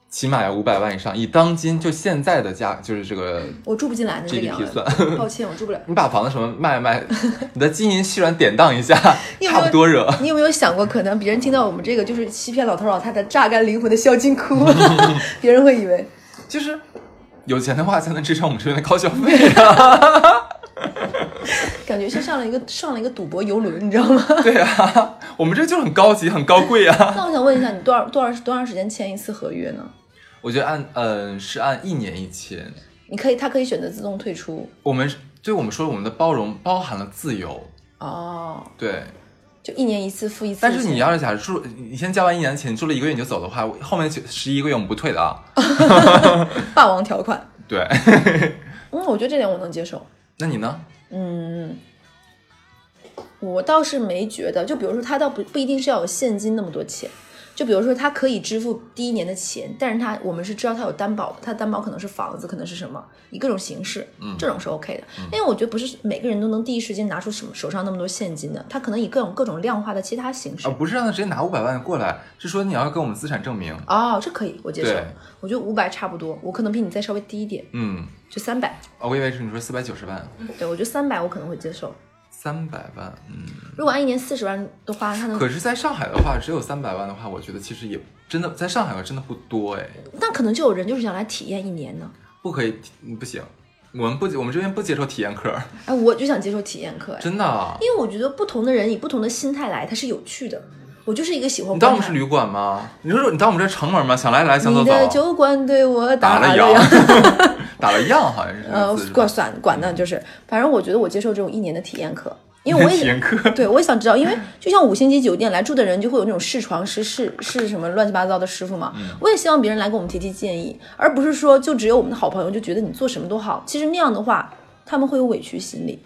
S2: 起码要五百万以上，以当今就现在的价，就是这个
S1: 我住不进来的这个
S2: GDP
S1: 样子，
S2: 算。
S1: 抱歉，我住不了。
S2: 你把房子什么卖卖， [LAUGHS] 你的金银细软典当一下，
S1: [LAUGHS] 你有没
S2: 差
S1: 有
S2: 不多惹。
S1: 你有没有想过，可能别人听到我们这个就是欺骗老头老太太、榨干灵魂的孝敬
S2: [LAUGHS]
S1: 哭，别人会以为
S2: 就是有钱的话才能支撑我们这边的高消
S1: [LAUGHS]
S2: 费啊。
S1: 感觉像上了一个上了一个赌博游轮，你知道吗？
S2: 对啊，我们这就很高级、很高贵啊。
S1: [LAUGHS] 那我想问一下，你多少多少多长时间签一次合约呢？
S2: 我觉得按嗯、呃、是按一年一签，
S1: 你可以，他可以选择自动退出
S2: 我们对我们说我们的包容包含了自由，
S1: 哦，
S2: 对。
S1: 就一年一次付一次钱。
S2: 但是你要是假如住，你先交完一年的钱，你住了一个月你就走的话，后面十一个月我们不退的啊。
S1: 霸王条款，
S2: 对， [LAUGHS]
S1: 嗯，我觉得这点我能接受。
S2: 那你呢？
S1: 我倒是没觉得，就比如说他倒不不一定是要有现金那么多钱，就比如说他可以支付第一年的钱，但是他我们是知道他有担保，他担保可能是房子，可能是什么，以各种形式，
S2: 嗯
S1: 这种是 OK 的，因为我觉得不是每个人都能第一时间拿出手手上那么多现金的，他可能以各种各种量化的其他形式
S2: 啊，。不是让他直接拿五百万过来，是说你要给我们资产证明。
S1: 哦，这可以，我接受
S2: 对。
S1: 我觉得五百差不多，我可能比你再稍微低一点，
S2: 嗯，
S1: 就三百。
S2: 哦，我以为是你说四百九十万，
S1: 对，我觉得三百我可能会接受。
S2: 三百万，嗯。
S1: 如果按一年四十万的话，他能
S2: 可是，在上海的话，只有三百万的话，我觉得其实也真的，在上海真的不多哎，
S1: 那可能就有人就是想来体验一年呢。
S2: 不可以，嗯不行，我们不，我们这边不接受体验课，
S1: 哎，我就想接受体验课，哎，
S2: 真的啊。
S1: 因为我觉得不同的人以不同的心态来，它是有趣的。我就是一个喜欢
S2: 你当我
S1: 观
S2: 们
S1: 察
S2: 是旅馆吗？你说你当我们这是城门吗？想来来，想走
S1: 你的
S2: 走，
S1: 酒馆对我
S2: 打
S1: 了
S2: 了烊， [LAUGHS] 打了烊，好像是这
S1: 呃
S2: 个字是，吧
S1: 管算管呢，就是反正我觉得我接受这种一年的体验课，因为我也
S2: [LAUGHS] 体验课。
S1: 对，我也想知道，因为就像五星级酒店来住的人，就会有那种试床师、试试什么乱七八糟的师傅嘛。
S2: 嗯
S1: 我也希望别人来给我们提提建议，而不是说就只有我们的好朋友就觉得你做什么都好。其实那样的话，他们会有委屈心理，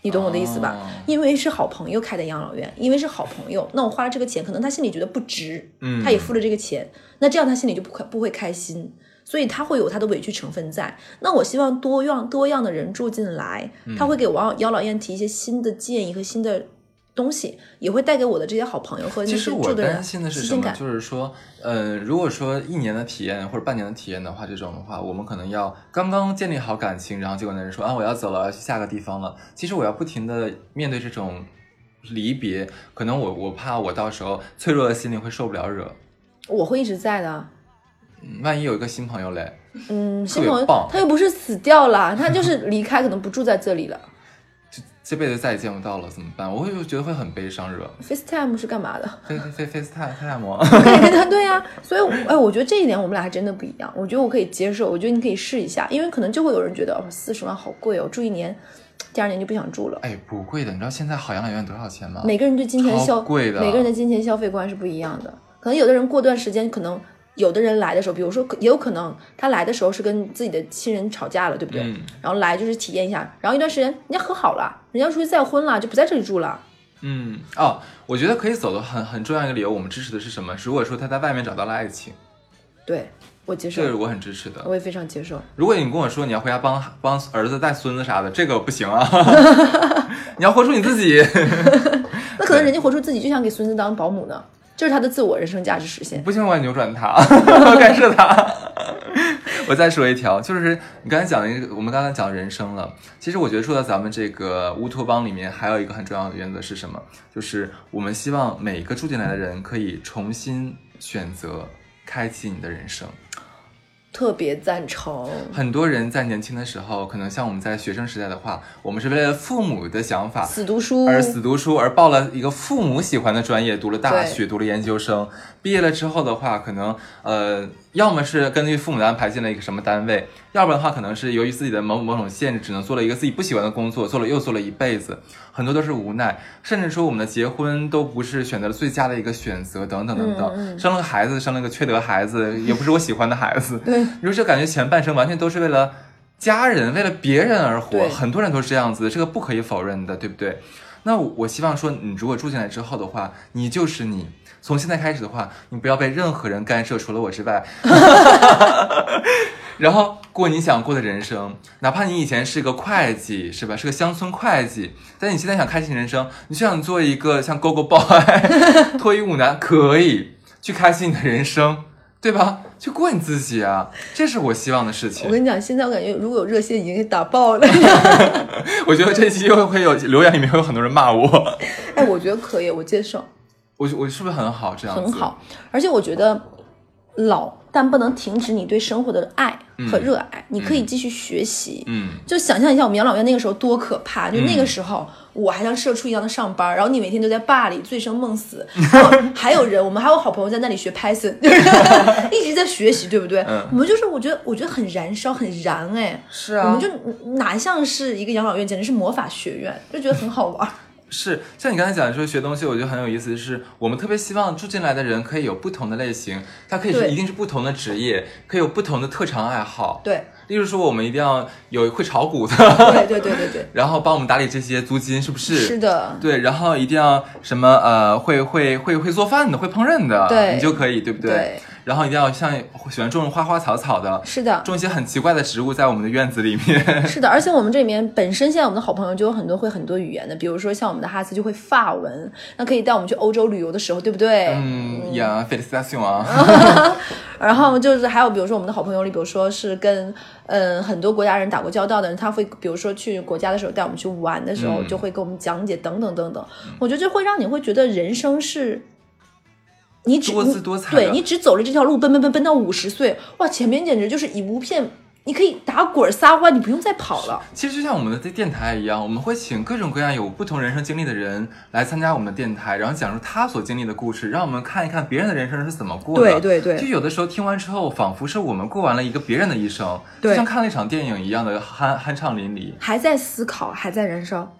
S1: 你懂我的意思吧？
S2: 哦
S1: 因为是好朋友开的养老院，因为是好朋友，那我花了这个钱，可能他心里觉得不值，
S2: 嗯
S1: 他也付了这个钱，那这样他心里就不开不会开心。所以他会有他的委屈成分在。那我希望多样多样的人住进来，
S2: 嗯
S1: 他会给王养老院提一些新的建议和新的东西，也会带给我的这些好朋友和那
S2: 其
S1: 些
S2: 实我
S1: 住的人
S2: 担心的是
S1: 新
S2: 什
S1: 鲜
S2: 么？
S1: 感。
S2: 就是说，嗯、如果说一年的体验或者半年的体验的话，这种的话，我们可能要刚刚建立好感情，然后结果那人说啊，我要走了，我要去下个地方了。其实我要不停的面对这种离别，可能我我怕我到时候脆弱的心灵会受不了惹。
S1: 我会一直在的。
S2: 嗯万一有一个新朋友嘞，
S1: 嗯，
S2: 特
S1: 新
S2: 别
S1: 朋友
S2: 棒
S1: 他又不是死掉了，他就是离开，可能不住在这里了。
S2: 这辈子再也见不到了，怎么办？我会觉得会很悲伤惹。
S1: FaceTime 是干嘛的？
S2: [LAUGHS] 非非非 FaceTime Time
S1: 可以跟他对呀、所以我哎，我觉得这一点我们俩还真的不一样。我觉得我可以接受，我觉得你可以试一下，因为可能就会有人觉得哦，四十万好贵哦，住一年，第二年就不想住了。
S2: 哎，不贵的，你知道现在好养老院多少钱吗？
S1: 每个人对金钱消
S2: 啊超贵的
S1: 每个人的金钱消费观是不一样的。可能有的人过段时间，可能有的人来的时候，比如说，也有可能他来的时候是跟自己的亲人吵架了，对不对？
S2: 嗯
S1: 然后来就是体验一下，然后一段时间人家和好了，人家出去再婚了，就不在这里住了。
S2: 嗯哦，我觉得可以走的很很重要一个理由，我们支持的是什么？如果说他在外面找到了爱情，
S1: 对我接受
S2: 这，个我很支持的。
S1: 我也非常接受。
S2: 如果你跟我说你要回家帮帮儿子带孙子啥的，这个不行啊， [LAUGHS] 你要活出你自己， [LAUGHS]
S1: 那可能人家活出自己，就想给孙子当保姆呢，这是他的自我人生价值实现。
S2: 不行我要扭转他， [LAUGHS] 我要干涉他。 [LAUGHS] 我再说一条，就是你刚才讲的一个，我们刚才讲人生了。其实我觉得说到咱们这个乌托邦里面，还有一个很重要的原则是什么？就是我们希望每一个住进来的人可以重新选择，开启你的人生。
S1: 特别赞成，
S2: 很多人在年轻的时候，可能像我们在学生时代的话，我们是为了父母的想法
S1: 死读书，
S2: 而死读书，而报了一个父母喜欢的专业，读了大
S1: 对
S2: 学，读了研究生。毕业了之后的话，可能呃，要么是根据父母的安排进了一个什么单位，要不然的话，可能是由于自己的某某种限制，只能做了一个自己不喜欢的工作，做了又做了一辈子，很多都是无奈，甚至说我们的结婚都不是选择了最佳的一个选择，等等等等。
S1: 嗯
S2: 生了个孩子，生了个缺德孩子，也不是我喜欢的孩子。
S1: [LAUGHS] 对，
S2: 你说这感觉前半生完全都是为了家人、为了别人而活，
S1: 对
S2: 很多人都是这样子，这个不可以否认的，对不对？那我我希望说，你如果住进来之后的话，你就是你。从现在开始的话，你不要被任何人干涉，除了我之外。 [LAUGHS] 然后过你想过的人生，哪怕你以前是个会计，是吧？是个乡村会计，但你现在想开启人生，你就想 [LAUGHS] 做一个像 Gogo Boy、脱衣舞男，可以去开启你的人生，对吧？去过你自己啊，这是我希望的事情
S1: 我。跟你讲，现在我感觉如果有热线已经给打爆了。 [LAUGHS]
S2: [LAUGHS] 我觉得这期又会有留言里面会有很多人骂我，
S1: 哎，我觉得可以，我接受，
S2: 我我是不是很好这样子？
S1: 很好。而且我觉得老，但不能停止你对生活的爱和热爱，你可以继续学习。
S2: 嗯，
S1: 就想象一下我们养老院那个时候多可怕！就那个
S2: 嗯
S1: 时候，我还像社畜一样的上班，然后你每天都在坝里醉生梦
S2: [LAUGHS]
S1: 死，然后还有人，我们还有好朋友在那里学 Python，就是 [LAUGHS] 一直在学习，对不对？
S2: 嗯
S1: 我们就是我觉得，我觉得很燃烧，很燃哎。
S2: 是
S1: 我们就哪像是一个养老院，简直是魔法学院，就觉得很好玩。
S2: 是像你刚才讲说学东西，我觉得很有意思，是我们特别希望住进来的人可以有不同的类型，他可以是
S1: 对
S2: 一定是不同的职业，可以有不同的特长爱好。 [LAUGHS]
S1: 对，
S2: 例如说，我们一定要有会炒股的， [LAUGHS]
S1: 对对对对对，
S2: 然后帮我们打理这些租金，是不是？
S1: 是的，
S2: 对，然后一定要什么呃，会会会会做饭的，会烹饪的，
S1: 对
S2: 你就可以，对不对？
S1: 对
S2: 然后一定要像喜欢种花花草草的，
S1: 是的，
S2: 种一些很奇怪的植物在我们的院子里面。
S1: [LAUGHS] 是的，而且我们这里面本身现在我们的好朋友就有很多会很多语言的，比如说像我们的哈斯就会法文，那可以带我们去欧洲旅游的时候，对不对？
S2: 嗯， [LAUGHS] 呀，费利斯达西啊，
S1: 嗯然后就是还有比如说我们的好朋友里，比如说是跟嗯很多国家人打过交道的人，他会比如说去国家的时候带我们去玩的时候，
S2: 嗯
S1: 就会给我们讲解等等等等。我觉得这会让你会觉得人生是。你只
S2: 多姿
S1: 你
S2: 多彩的
S1: 对你只走了这条路，奔奔奔奔到五十岁，哇，前面简直就是一无片，你可以打滚撒欢，你不用再跑了。
S2: 其实就像我们的电电台一样，我们会请各种各样有不同人生经历的人来参加我们的电台，然后讲述他所经历的故事，让我们看一看别人的人生是怎么过的。
S1: 对对对
S2: 就有的时候听完之后，仿佛是我们过完了一个别人的一生，
S1: 对
S2: 就像看了一场电影一样的酣酣畅淋漓，
S1: 还在思考，还在燃烧。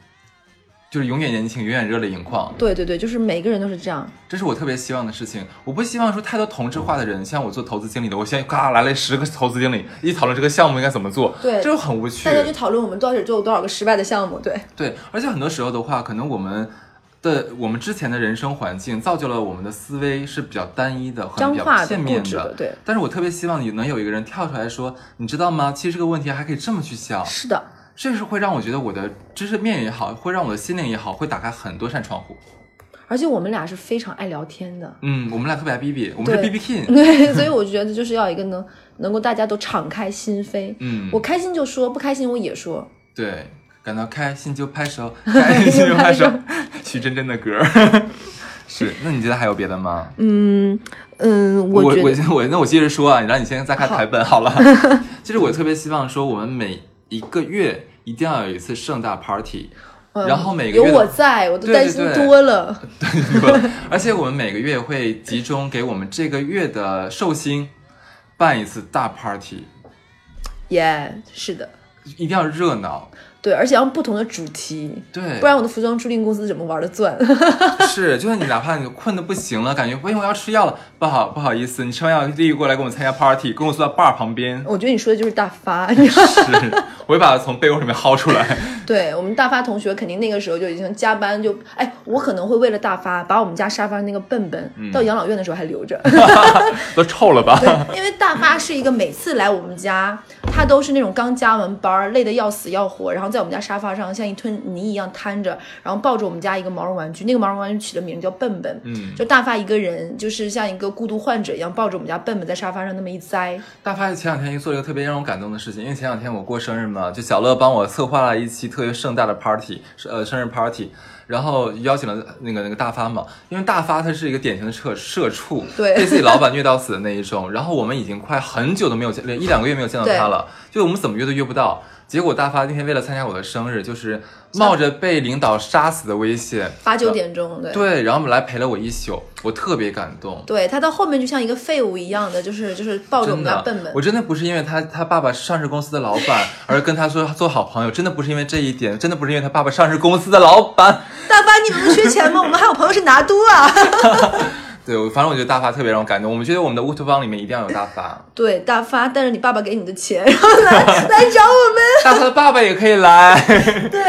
S2: 就是永远年轻，永远热泪盈眶。
S1: 对对对，就是每个人都是这样。
S2: 这是我特别希望的事情。我不希望说太多同质化的人，像我做投资经理的，我现在嘎来了十个投资经理，一讨论这个项目应该怎么做，
S1: 对
S2: 这就很无趣
S1: 大。家就讨论我们到底做过多少个失败的项目。对，
S2: 对，而且很多时候的话，可能我们的我们之前的人生环境造就了我们的思维是比较单一的，很
S1: 脏
S2: 比较
S1: 话
S2: 片
S1: 的、固
S2: 面
S1: 执的，对，
S2: 但是我特别希望你能有一个人跳出来说，你知道吗？其实这个问题还可以这么去想，
S1: 是的。
S2: 这是会让我觉得我的知识面也好，会让我的心灵也好，会打开很多扇窗户。
S1: 而且我们俩是非常爱聊天的，
S2: 嗯，我们俩特别爱 B B，我们是
S1: 对
S2: B B King。
S1: [LAUGHS] 对，所以我觉得就是要一个能能够大家都敞开心扉。
S2: 嗯，
S1: 我开心就说，不开心我也说。
S2: 对，感到开心就拍手， [LAUGHS] 开心就拍手， [LAUGHS] 徐真真的歌儿。是，那你觉得还有别的吗？
S1: 嗯嗯，
S2: 我
S1: 觉
S2: 我
S1: 得
S2: 先我那我接着说啊，然后你先再看台本好了。其实我特别希望说，我们每一个月一定要有一次盛大 party， [LAUGHS]
S1: 嗯
S2: 然后每个
S1: 有
S2: 月
S1: 我在，我都
S2: 对
S1: 担
S2: 对
S1: 心
S2: 对
S1: 多了。
S2: 而且我们每个月会集中给我们这个月的寿星办一次大 party，
S1: 耶是的，
S2: 一定要热闹。
S1: 对，而且要不同的主题，
S2: 对，
S1: 不然我的服装租赁公司怎么玩的转？ [LAUGHS]
S2: [LAUGHS] 是，就是你哪怕你困得不行了，感觉哎呦我要吃药了，不好不好意思，你吃完药立即过来跟我们参加 party，跟我坐到 bar 旁边。 [LAUGHS]
S1: 我觉得你说的就是大发，你知道吗
S2: 是，我会把它从被窝里面薅出来。
S1: 对我们大发同学，肯定那个时候就已经加班就，哎，我可能会为了大发，把我们家沙发那个笨笨、
S2: 嗯
S1: 到养老院的时候还留
S2: [LAUGHS]
S1: 着，
S2: 都臭了吧？
S1: 因为大发是一个每次来我们家，他都是那种刚加完班儿，累得要死要活，然后在我们家沙发上像一滩泥一样瘫着，然后抱着我们家一个毛绒玩具，那个毛绒玩具起的名字叫笨笨，
S2: 嗯
S1: 就大发一个人，就是像一个孤独患者一样抱着我们家笨笨在沙发上那么一栽，
S2: 大发前两天又做了一个特别让我感动的事情，因为前两天我过生日嘛，就小乐帮我策划了一期特别盛大的 party，是呃生日 party，然后邀请了那个那个大发嘛，因为大发他是一个典型的社社畜，
S1: 对
S2: 被自己老板虐到死的那一种。然后我们已经快很久都没有见，一两个月没有见到他了，就我们怎么约都约不到。结果大发那天为了参加我的生日，就是冒着被领导杀死的危险，
S1: 八九点钟，对。
S2: 对，然后来陪了我一宿，我特别感动。
S1: 对他到后面就像一个废物一样的，就是就是抱着我
S2: 真
S1: 们家
S2: 的
S1: 笨笨，
S2: 我真的不是因为他他爸爸是上市公司的老板而跟他说做好朋友，真的不是因为这一点，真的不是因为他爸爸上市公司的老板。
S1: 大发，你们不缺钱
S2: [LAUGHS]
S1: 吗？我们还有朋友是拿督啊。 [LAUGHS]
S2: 对，我反正我觉得大发特别让我感动。我们觉得我们的乌托邦里面一定要有大发，
S1: 对，大发带着你爸爸给你的钱，然后来
S2: [LAUGHS]
S1: 来找我
S2: 大发的爸爸也可以来。对，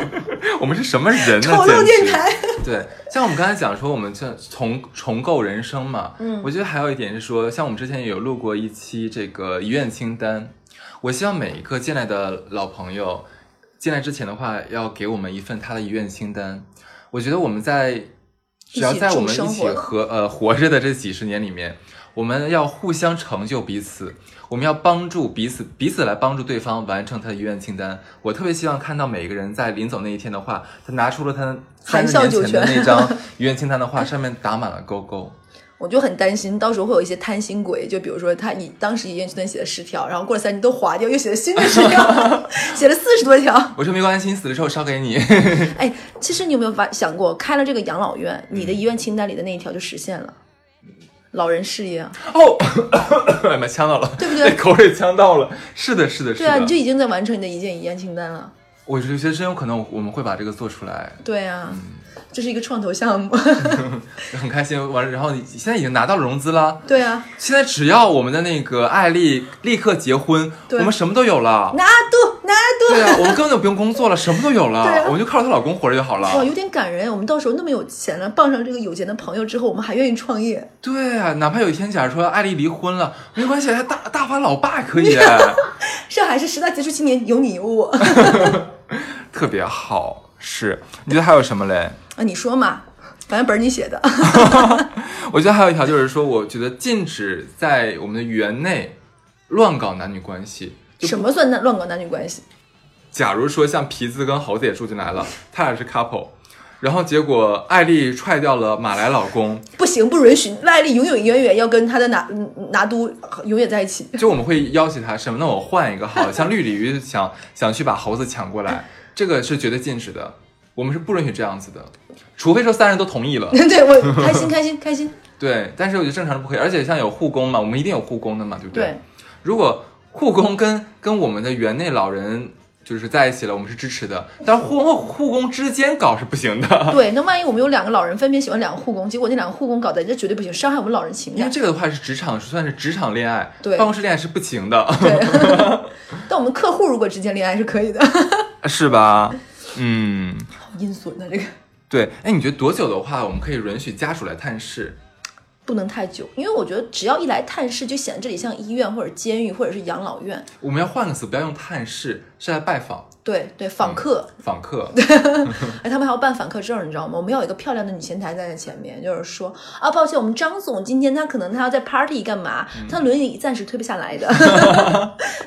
S2: [LAUGHS] 我们是什么人呢？
S1: 们丑陋
S2: 简直
S1: 电台。
S2: [LAUGHS] 对，像我们刚才讲说，我们这重重构人生嘛，嗯，我觉得还有一点是说，像我们之前也有录过一期这个遗愿清单，我希望每一个进来的老朋友，进来之前的话，要给我们一份他的遗愿清单。我觉得我们在只要在我们一
S1: 一起
S2: 起
S1: 生活
S2: 和呃活着的这几十年里面，我们要互相成就彼此，我们要帮助彼此，彼此来帮助对方完成他的遗愿清单。我特别希望看到每个人在临走那一天的话，他拿出了他三
S1: 含
S2: 十
S1: 笑
S2: 年
S1: 九
S2: 前的
S1: 泉
S2: 那张遗愿清单的话，上面打满了勾勾。
S1: 我就很担心，到时候会有一些贪心鬼，就比如说他你当时遗愿清单写的十条，然后过了三年都划掉，又写了新的十
S2: [LAUGHS]
S1: 条，写了四十多条。
S2: 我说没关系，你死了之后烧
S1: [LAUGHS]
S2: 给你。
S1: 哎，其实你有没有发想过，开了这个养老院，你的遗愿清单里的那一条就实现了，老人事业啊，
S2: 哦， [COUGHS] 哎妈，呛到了，
S1: 对不对
S2: [LAUGHS] 被口水呛到了。是的，是的，是
S1: 对
S2: 的。
S1: 啊，你就已经在完成你的一件遗愿清单了。
S2: 我就觉得真有可能我们会把这个做出来，
S1: 对啊，
S2: 嗯
S1: 这是一个创投项目。 [LAUGHS]
S2: 很开心。完了，然后你现在已经拿到融资啦，
S1: 对啊，
S2: 现在只要我们的那个艾丽立刻结婚，我
S1: 对
S2: 们什么都
S1: [LAUGHS]
S2: 有了。
S1: 拿度拿度，
S2: 对啊，我们根本就不用工作了，什么都有了，
S1: 对啊哦
S2: 我们就靠着她老公活着就好
S1: 哇，
S2: 了。
S1: 有点感人。我们到时候那么有钱了，傍上这个有钱的朋友之后，我们还愿意创业。
S2: 对啊，哪怕有一天假如说艾丽离婚了，没关系，她大大发老爸可
S1: [LAUGHS]
S2: 以，啊
S1: 上海市十大杰出青年有你有我 [LAUGHS] 啊！
S2: 特别好。是，你觉得还有什么嘞？
S1: 啊你说嘛，反正本儿你写的。
S2: 我觉得还有一条就是说，我觉得禁止在我们的园内乱搞男女关系。
S1: 什么算男乱搞男女关系？
S2: 假如说像皮子跟猴子也住进来了，他俩是 couple，然后结果艾丽踹掉了马来老公，
S1: 不行，不允许！赖丽永远远远要跟她的拿嗯拿督永远在一起。 [LAUGHS]
S2: 就我们会要挟他什么？那我换一个好了，像绿鲤鱼想想去把猴子抢过来，这个是绝对禁止的，我们是不允许这样子的，除非说三人都同意了。
S1: 对我开心开心开心，
S2: 对，但是我觉得正常是不可以，而且像有护工嘛，我们一定有护工的嘛，对不
S1: 对，
S2: 如果护工跟跟我们的园内老人就是在一起了，我们是支持的，但是护工和护工之间搞是不行的，
S1: 对，那万一我们有两个老人分别喜欢两个护工，结果那两个护工搞在一起，这绝对不行，伤害我们老人情
S2: 因为 [LAUGHS]
S1: 感。
S2: 这个的话是职场算是职场恋爱，
S1: 对
S2: 办公室恋爱是不行的，
S1: [LAUGHS] 对，但我们客户如果之间恋爱是可以的， [LAUGHS]
S2: 是吧？嗯，
S1: 好阴损啊的这个。
S2: 对，哎，你觉得多久的话，我们可以允许家属来探视？
S1: 不能太久，因为我觉得只要一来探视，就显得这里像医院或者监狱或者是养老院。
S2: 我们要换个词，不要用探视，是来拜访
S1: 对对，访客，
S2: 访客。
S1: 哎，他们还要办访客证，你知道吗？我们要有一个漂亮的女前台站在前面，就是说啊，抱歉，我们张总今天他可能他要在 party 干嘛，他轮椅暂时推不下来的。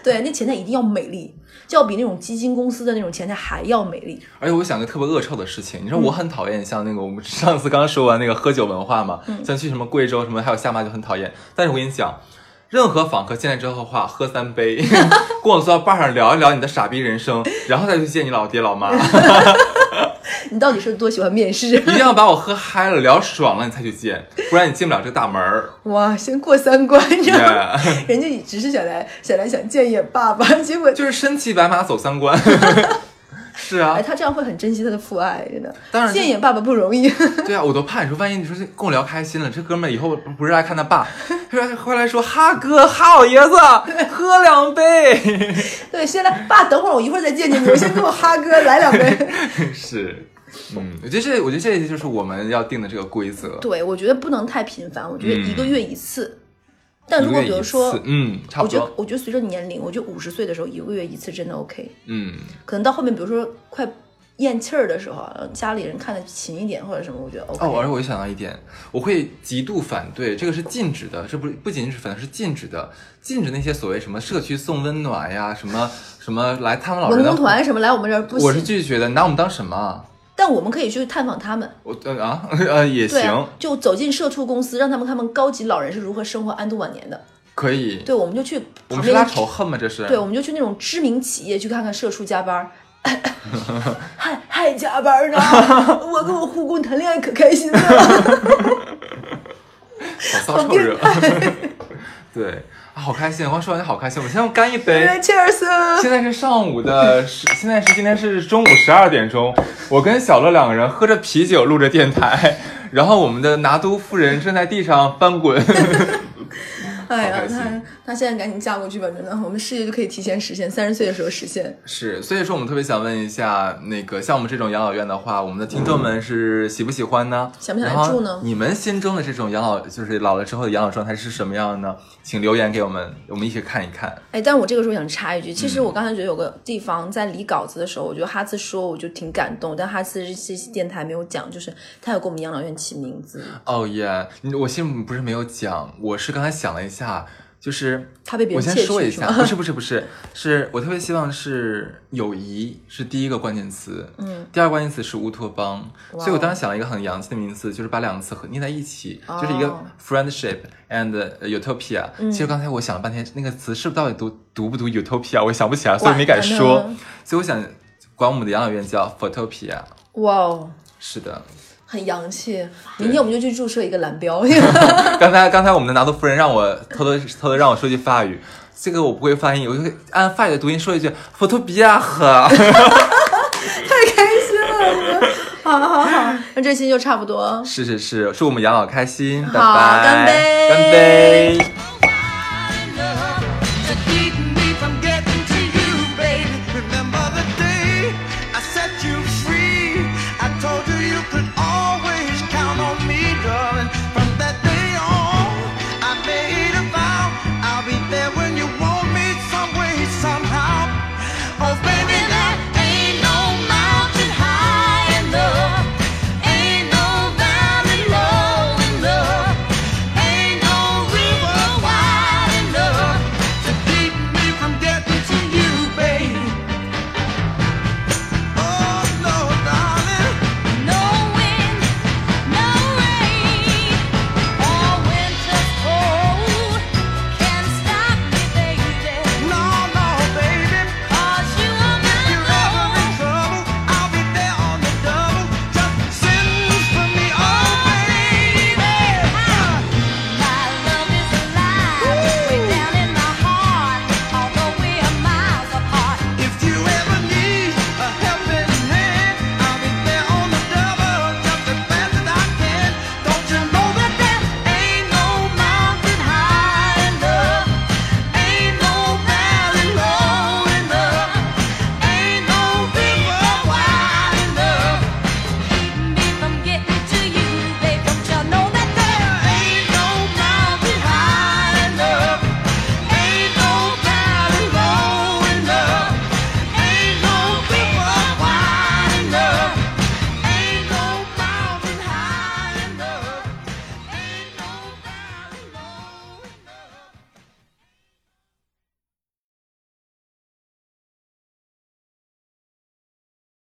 S1: 对，那前台一定要美丽，就要比那种基金公司的那种前台还要美丽。
S2: 而且我想个特别恶臭的事情，你说我很讨厌像那个我们 [LAUGHS] 上次刚说完那个喝酒文化嘛，像去什么贵州什么还有下马就很讨厌。但是我跟你讲，任何访客进来之后的话，喝三杯，跟我坐到坝上聊一聊你的傻逼人生，然后再去见你老爹老妈，一
S1: 你到底是多喜欢面试？ [LAUGHS]
S2: 定要把我喝嗨了聊爽了你才去见，不然你进不了这个大门儿。
S1: 哇，先过三关，你知道吗
S2: Yeah
S1: 人家只是想来想来想见一眼爸爸，结果就
S2: 就是身骑白马走三关。 [LAUGHS] 是啊
S1: 哎，，他这样会很珍惜他的父爱，真的。
S2: 当然
S1: 见眼爸爸不容易。 [LAUGHS]
S2: 对啊，我都怕你说，万一你说这跟我聊开心了，这哥们儿以后不不是来看他爸，他说回来说哈哥哈老爷子喝两杯， [LAUGHS]
S1: 对，先来，爸，等会儿我一会儿再见见你，我先跟我哈哥来两杯。
S2: [LAUGHS] 是，嗯，我觉得这我觉得这就是我们要定的这个规则，
S1: 对，我觉得不能太频繁，我觉得一个
S2: 嗯
S1: 月一次。但如果比如
S2: 一个
S1: 说
S2: 月一次，嗯，差
S1: 我
S2: 不
S1: 觉得
S2: 多，
S1: 我觉得随着年龄，我觉得五十岁的时候一个月一次真的 OK。
S2: 嗯，
S1: 可能到后面，比如说快咽气儿的时候，家里人看得勤一点或者什么，我觉得 OK。
S2: 哦，而且我就想到一点，我会极度反对，这个是禁止的，这不不仅仅是反对，是禁止的，禁止那些所谓什么社区送温暖呀，什么什么来探望老
S1: 文
S2: 人的
S1: 工，团什么来我们这儿不
S2: 我是
S1: 行，
S2: 拒绝的，你拿我们当什么啊？
S1: 但我们可以去探访他们。
S2: 我呃啊 [LAUGHS] 呃也
S1: 对、
S2: 行
S1: 啊，，就走进社畜公司，让他们看看高级老人是如何生活安度晚年的。
S2: 可以。
S1: 对，我们就去
S2: 我
S1: 旁
S2: 们是拉
S1: 边
S2: 仇恨吗？这是
S1: 对，我们就去那种知名企业去看看社畜加
S2: [LAUGHS]
S1: 班儿，还还加班儿呢。我跟我护工谈恋爱可开心了。
S2: 好骚臭热。 [LAUGHS] 对啊，好开心！我刚说完就好开心，我们先干一杯。 [LAUGHS]
S1: Cheers！
S2: 现在是上午的十，现在是今天是中午十二点钟，我跟小乐两个人喝着啤酒录
S1: [LAUGHS]
S2: 着 [LAUGHS] 电台，然后我们的拿督夫人正在地上翻滚。
S1: 哎
S2: 好
S1: 呀，
S2: 开心
S1: 她她现在赶紧嫁过去吧，真的，我们事业就可以提前实现，三十岁的时候实现。
S2: 是，所以说我们特别想问一下，那个像我们这种养老院的话，我们的听众们是喜不喜欢呢？
S1: 嗯想不想来
S2: 然后
S1: 住呢
S2: 你们心中的这种养老，就是老了之后的养老状态是什么样呢？请留言给我们，我们一起看一看。
S1: 哎，但我这个时候想插一句，其实
S2: 嗯
S1: 我刚才觉得有个地方在理稿子的时候，我觉得哈斯说我就挺感动，但哈斯这期电台没有讲，就是他有给我们养老院起名字，
S2: 哦耶，你我心里不是没有讲，我是刚才想了一下，就是
S1: 怕被别人
S2: 我先
S1: 窃
S2: 说
S1: 取
S2: 一
S1: 是
S2: 下，
S1: 吗
S2: 不是不是不是，是我特别希望是友谊是第一个关键词，
S1: 嗯，
S2: 第二个关键词是乌托邦，
S1: 哇哦
S2: 所以我当时想了一个很洋气的名词，就是把两个词合捏在一起，
S1: 哦嗯
S2: 就是一个 friendship and utopia。其实刚才我想了半天，那个词是不是到底读读不读 utopia，我想不起来，所以没敢
S1: 管它
S2: 说
S1: 呢。
S2: 所以我想管我们的养老院叫 photopia。
S1: 哇哦，
S2: 是的，
S1: 很洋气。
S2: 对
S1: 明天我们就去注射一个蓝标，
S2: 刚才刚才我们的拿督夫人让我偷偷偷偷让我说句法语，这个我不会发音，我就会按法语的读音说一句 photopia [LAUGHS] 和。
S1: 好好好，那这期就差不多。
S2: 是是是，祝我们养老开心，拜拜，
S1: 好干杯
S2: 干杯。